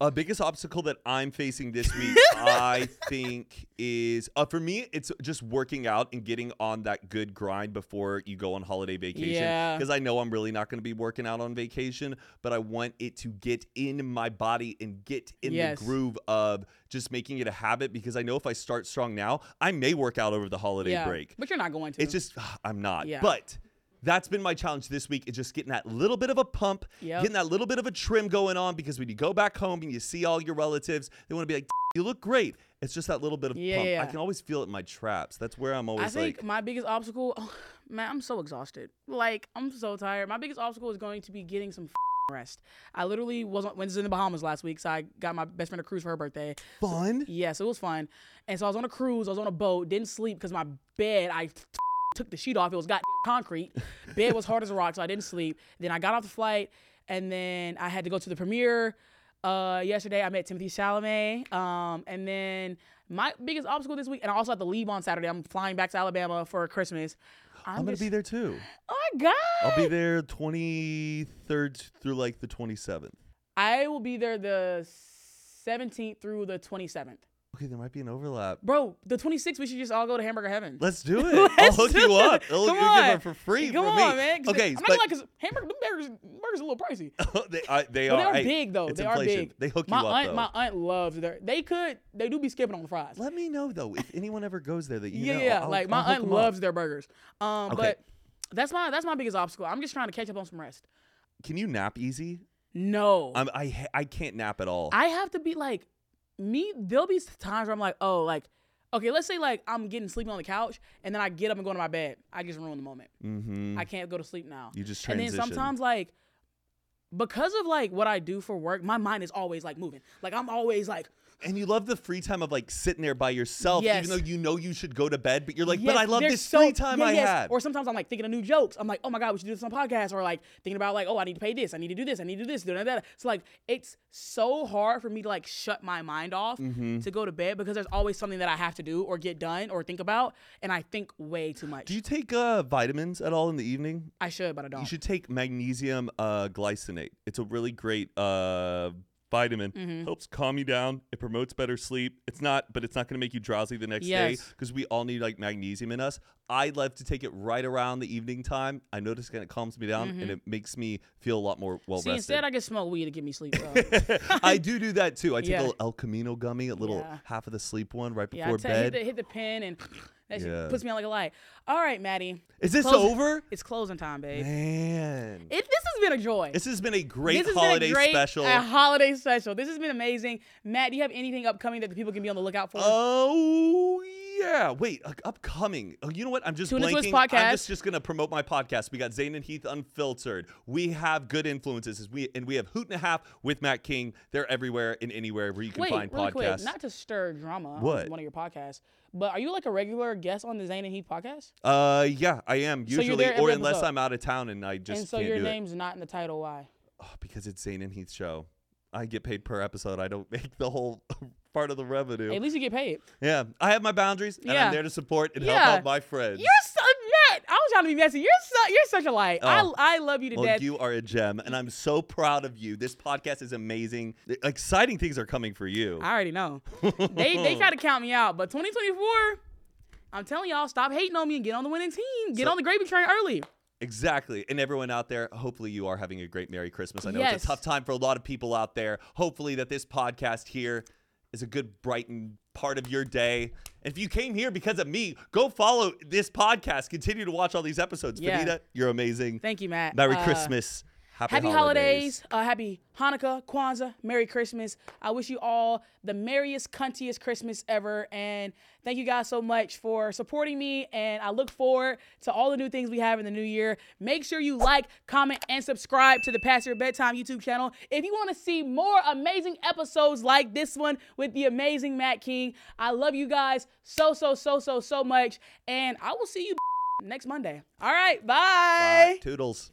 Speaker 2: A Uh, biggest obstacle that I'm facing this week, I think, is uh, for me, it's just working out and getting on that good grind before you go on holiday vacation.
Speaker 1: Yeah.
Speaker 2: Because I know I'm really not going to be working out on vacation, but I want it to get in my body and get in
Speaker 1: Yes.
Speaker 2: the groove of just making it a habit. Because I know if I start strong now, I may work out over the holiday
Speaker 1: yeah.
Speaker 2: break.
Speaker 1: But you're not going to.
Speaker 2: It's just ah, I'm not.
Speaker 1: Yeah.
Speaker 2: But that's been my challenge this week is just getting that little bit of a pump,
Speaker 1: Yep.
Speaker 2: getting that little bit of a trim going on because when you go back home and you see all your relatives, they want to be like, "You look great." It's just that little bit of
Speaker 1: Yeah,
Speaker 2: pump.
Speaker 1: yeah,
Speaker 2: I
Speaker 1: yeah.
Speaker 2: can always feel it in my traps. That's where I'm
Speaker 1: I
Speaker 2: always
Speaker 1: think
Speaker 2: like,
Speaker 1: my biggest obstacle, man, I'm so exhausted. Like I'm so tired. My biggest obstacle is going to be getting some f***ing rest. I literally was on- was in the Bahamas last week, so I got my best friend a cruise for her birthday.
Speaker 2: "Fun."
Speaker 1: Yeah, so it was fun. And so I was on a cruise. I was on a boat. Didn't sleep because my bed. I took the sheet off. It was got concrete. Bed was hard as a rock, so I didn't sleep. Then I got off the flight, and then I had to go to the premiere. Uh, yesterday I met Timothy Chalamet. Um, and then my biggest obstacle this week, and I also have to leave on Saturday. I'm flying back to Alabama for Christmas. I'm,
Speaker 2: I'm, gonna
Speaker 1: just-
Speaker 2: be there too.
Speaker 1: Oh my god!
Speaker 2: I'll be there 23rd through like the 27th.
Speaker 1: I will be there the 17th through the 27th.
Speaker 2: Okay, there might be an overlap.
Speaker 1: Bro, the 26th, we should just all go to Hamburger Heaven.
Speaker 2: Let's do it. I'll
Speaker 1: Let's
Speaker 2: hook
Speaker 1: do
Speaker 2: you
Speaker 1: it.
Speaker 2: up. I'll
Speaker 1: Come
Speaker 2: you give
Speaker 1: on.
Speaker 2: her for free
Speaker 1: Come
Speaker 2: from
Speaker 1: on,
Speaker 2: me.
Speaker 1: man. 'cause
Speaker 2: Okay,
Speaker 1: I'm not
Speaker 2: but
Speaker 1: gonna lie, because hamburger, them burgers, burgers a little pricey.
Speaker 2: they are. They
Speaker 1: But they
Speaker 2: are,
Speaker 1: are
Speaker 2: Hey,
Speaker 1: big though.
Speaker 2: It's
Speaker 1: they
Speaker 2: inflation.
Speaker 1: are big.
Speaker 2: They hook you
Speaker 1: my
Speaker 2: up
Speaker 1: aunt,
Speaker 2: though.
Speaker 1: My aunt loves their. They could. They do be skipping on the fries.
Speaker 2: Let me know though if anyone ever goes there that you
Speaker 1: yeah,
Speaker 2: know.
Speaker 1: yeah.
Speaker 2: I'll-
Speaker 1: like my
Speaker 2: I'll hook
Speaker 1: aunt
Speaker 2: 'em up.
Speaker 1: loves their burgers. Um,
Speaker 2: Okay.
Speaker 1: but that's my that's my biggest obstacle. I'm just trying to catch up on some rest.
Speaker 2: Can you nap easy?
Speaker 1: No,
Speaker 2: I'm, I ha- I can't nap at all.
Speaker 1: Oh. I have to be like me. There'll be times where I'm like, oh, like okay, let's say like I'm getting sleeping on the couch, and then I get up and go to my bed. I just ruin the moment.
Speaker 2: mm-hmm.
Speaker 1: I can't go to sleep now.
Speaker 2: You just
Speaker 1: and then
Speaker 2: transition.
Speaker 1: sometimes like because of like what I do for work, my mind is always like moving. Like I'm always like
Speaker 2: and you love the free time of like sitting there by yourself,
Speaker 1: Yes.
Speaker 2: even though you know you should go to bed, but you're like,
Speaker 1: yes,
Speaker 2: but I love
Speaker 1: they're
Speaker 2: this
Speaker 1: so-
Speaker 2: free time
Speaker 1: yeah,
Speaker 2: I
Speaker 1: yes.
Speaker 2: had.
Speaker 1: Or sometimes I'm like thinking of new jokes. I'm like, oh my god, we should do this on podcast. Or like thinking about like, oh, I need to pay this. I need to do this. I need to do this. Da, da, da. So like, it's so hard for me to like shut my mind off
Speaker 2: Mm-hmm.
Speaker 1: to go to bed because there's always something that I have to do or get done or think about, and I think way too much.
Speaker 2: Do you take uh, vitamins at all in the evening?
Speaker 1: I should, but I don't.
Speaker 2: You should take magnesium uh, glycinate. It's a really great uh, vitamin.
Speaker 1: Mm-hmm.
Speaker 2: Helps calm you down. It promotes better sleep. It's not, but it's not going to make you drowsy the next day
Speaker 1: Yes.
Speaker 2: because we all need like magnesium in us. I love to take it right around the evening time. I notice that it calms me down and it makes me feel a lot more well
Speaker 1: Mm-hmm. See,
Speaker 2: rested.
Speaker 1: instead I can smoke weed to get me sleep. so.
Speaker 2: I do do that too. I take
Speaker 1: Yeah.
Speaker 2: a little El Camino gummy, a little
Speaker 1: Yeah.
Speaker 2: half of the sleep one right
Speaker 1: yeah, I
Speaker 2: before
Speaker 1: tell you, hit
Speaker 2: bed.
Speaker 1: the, hit the pen and that shit
Speaker 2: Yeah.
Speaker 1: puts me on like a light. All right, Maddie,
Speaker 2: Is this
Speaker 1: Close-
Speaker 2: over?
Speaker 1: it's closing time, babe.
Speaker 2: Man.
Speaker 1: It, this has been a joy.
Speaker 2: this has been a great
Speaker 1: this has
Speaker 2: holiday
Speaker 1: been a great,
Speaker 2: special.
Speaker 1: A holiday special. This has been amazing. Matt, do you have anything upcoming that the people can be on the lookout for?
Speaker 2: Uh, Oh yeah! Wait, uh, upcoming. Oh, you know what? I'm just
Speaker 1: Tune into his
Speaker 2: blanking.
Speaker 1: podcast.
Speaker 2: I'm just, just gonna promote my podcast. We got Zayn and Heath unfiltered. We have good influences. We and we have Hoot and a Half with Matt King. They're everywhere and anywhere where you can
Speaker 1: Wait,
Speaker 2: find
Speaker 1: really
Speaker 2: podcasts.
Speaker 1: quick, not to stir drama
Speaker 2: What?
Speaker 1: on one of your podcasts, but are you like a regular guest on the Zane and Heath podcast?
Speaker 2: uh, yeah, I am
Speaker 1: you're
Speaker 2: usually,
Speaker 1: there every
Speaker 2: or unless
Speaker 1: episode.
Speaker 2: I'm out of town and I just
Speaker 1: and so
Speaker 2: can't
Speaker 1: your
Speaker 2: do it
Speaker 1: name's not in the title. Why?
Speaker 2: Oh, because it's Zayn and Heath's show. I get paid per episode. I don't make the whole part of the revenue.
Speaker 1: At least you get paid.
Speaker 2: yeah, I have my boundaries, and
Speaker 1: Yeah.
Speaker 2: I'm there to support and
Speaker 1: Yeah.
Speaker 2: help out my friends.
Speaker 1: You're so Matt. I was trying to be messy. You're so you're such a light.
Speaker 2: Oh.
Speaker 1: I I love you to
Speaker 2: Well,
Speaker 1: death.
Speaker 2: you are a gem, and I'm so proud of you. This podcast is amazing. The- Exciting things are coming for you.
Speaker 1: I already know. they they try to count me out, but 2024. I'm telling y'all, stop hating on me and get on the winning team. Get
Speaker 2: So-
Speaker 1: on the gravy train early.
Speaker 2: exactly. And everyone out there, hopefully you are having a great Merry Christmas. I know
Speaker 1: Yes.
Speaker 2: it's a tough time for a lot of people out there. Hopefully that this podcast here is a good brightened part of your day. If you came here because of me, go follow this podcast. Continue to watch all these episodes.
Speaker 1: Yeah.
Speaker 2: Benita, you're amazing.
Speaker 1: Thank you, Matt.
Speaker 2: Merry
Speaker 1: Uh,
Speaker 2: Christmas. Happy,
Speaker 1: Happy holidays. Uh, happy Hanukkah, Kwanzaa, Merry Christmas. I wish you all the merriest, cuntiest Christmas ever. And thank you guys so much for supporting me. And I look forward to all the new things we have in the new year. Make sure you like, comment, and subscribe to the Past Your Bedtime YouTube channel. If you want to see more amazing episodes like this one with the amazing Matt King, I love you guys so, so, so, so, so much. And I will see you next Monday. All right.
Speaker 2: Bye.
Speaker 1: bye.
Speaker 2: Toodles.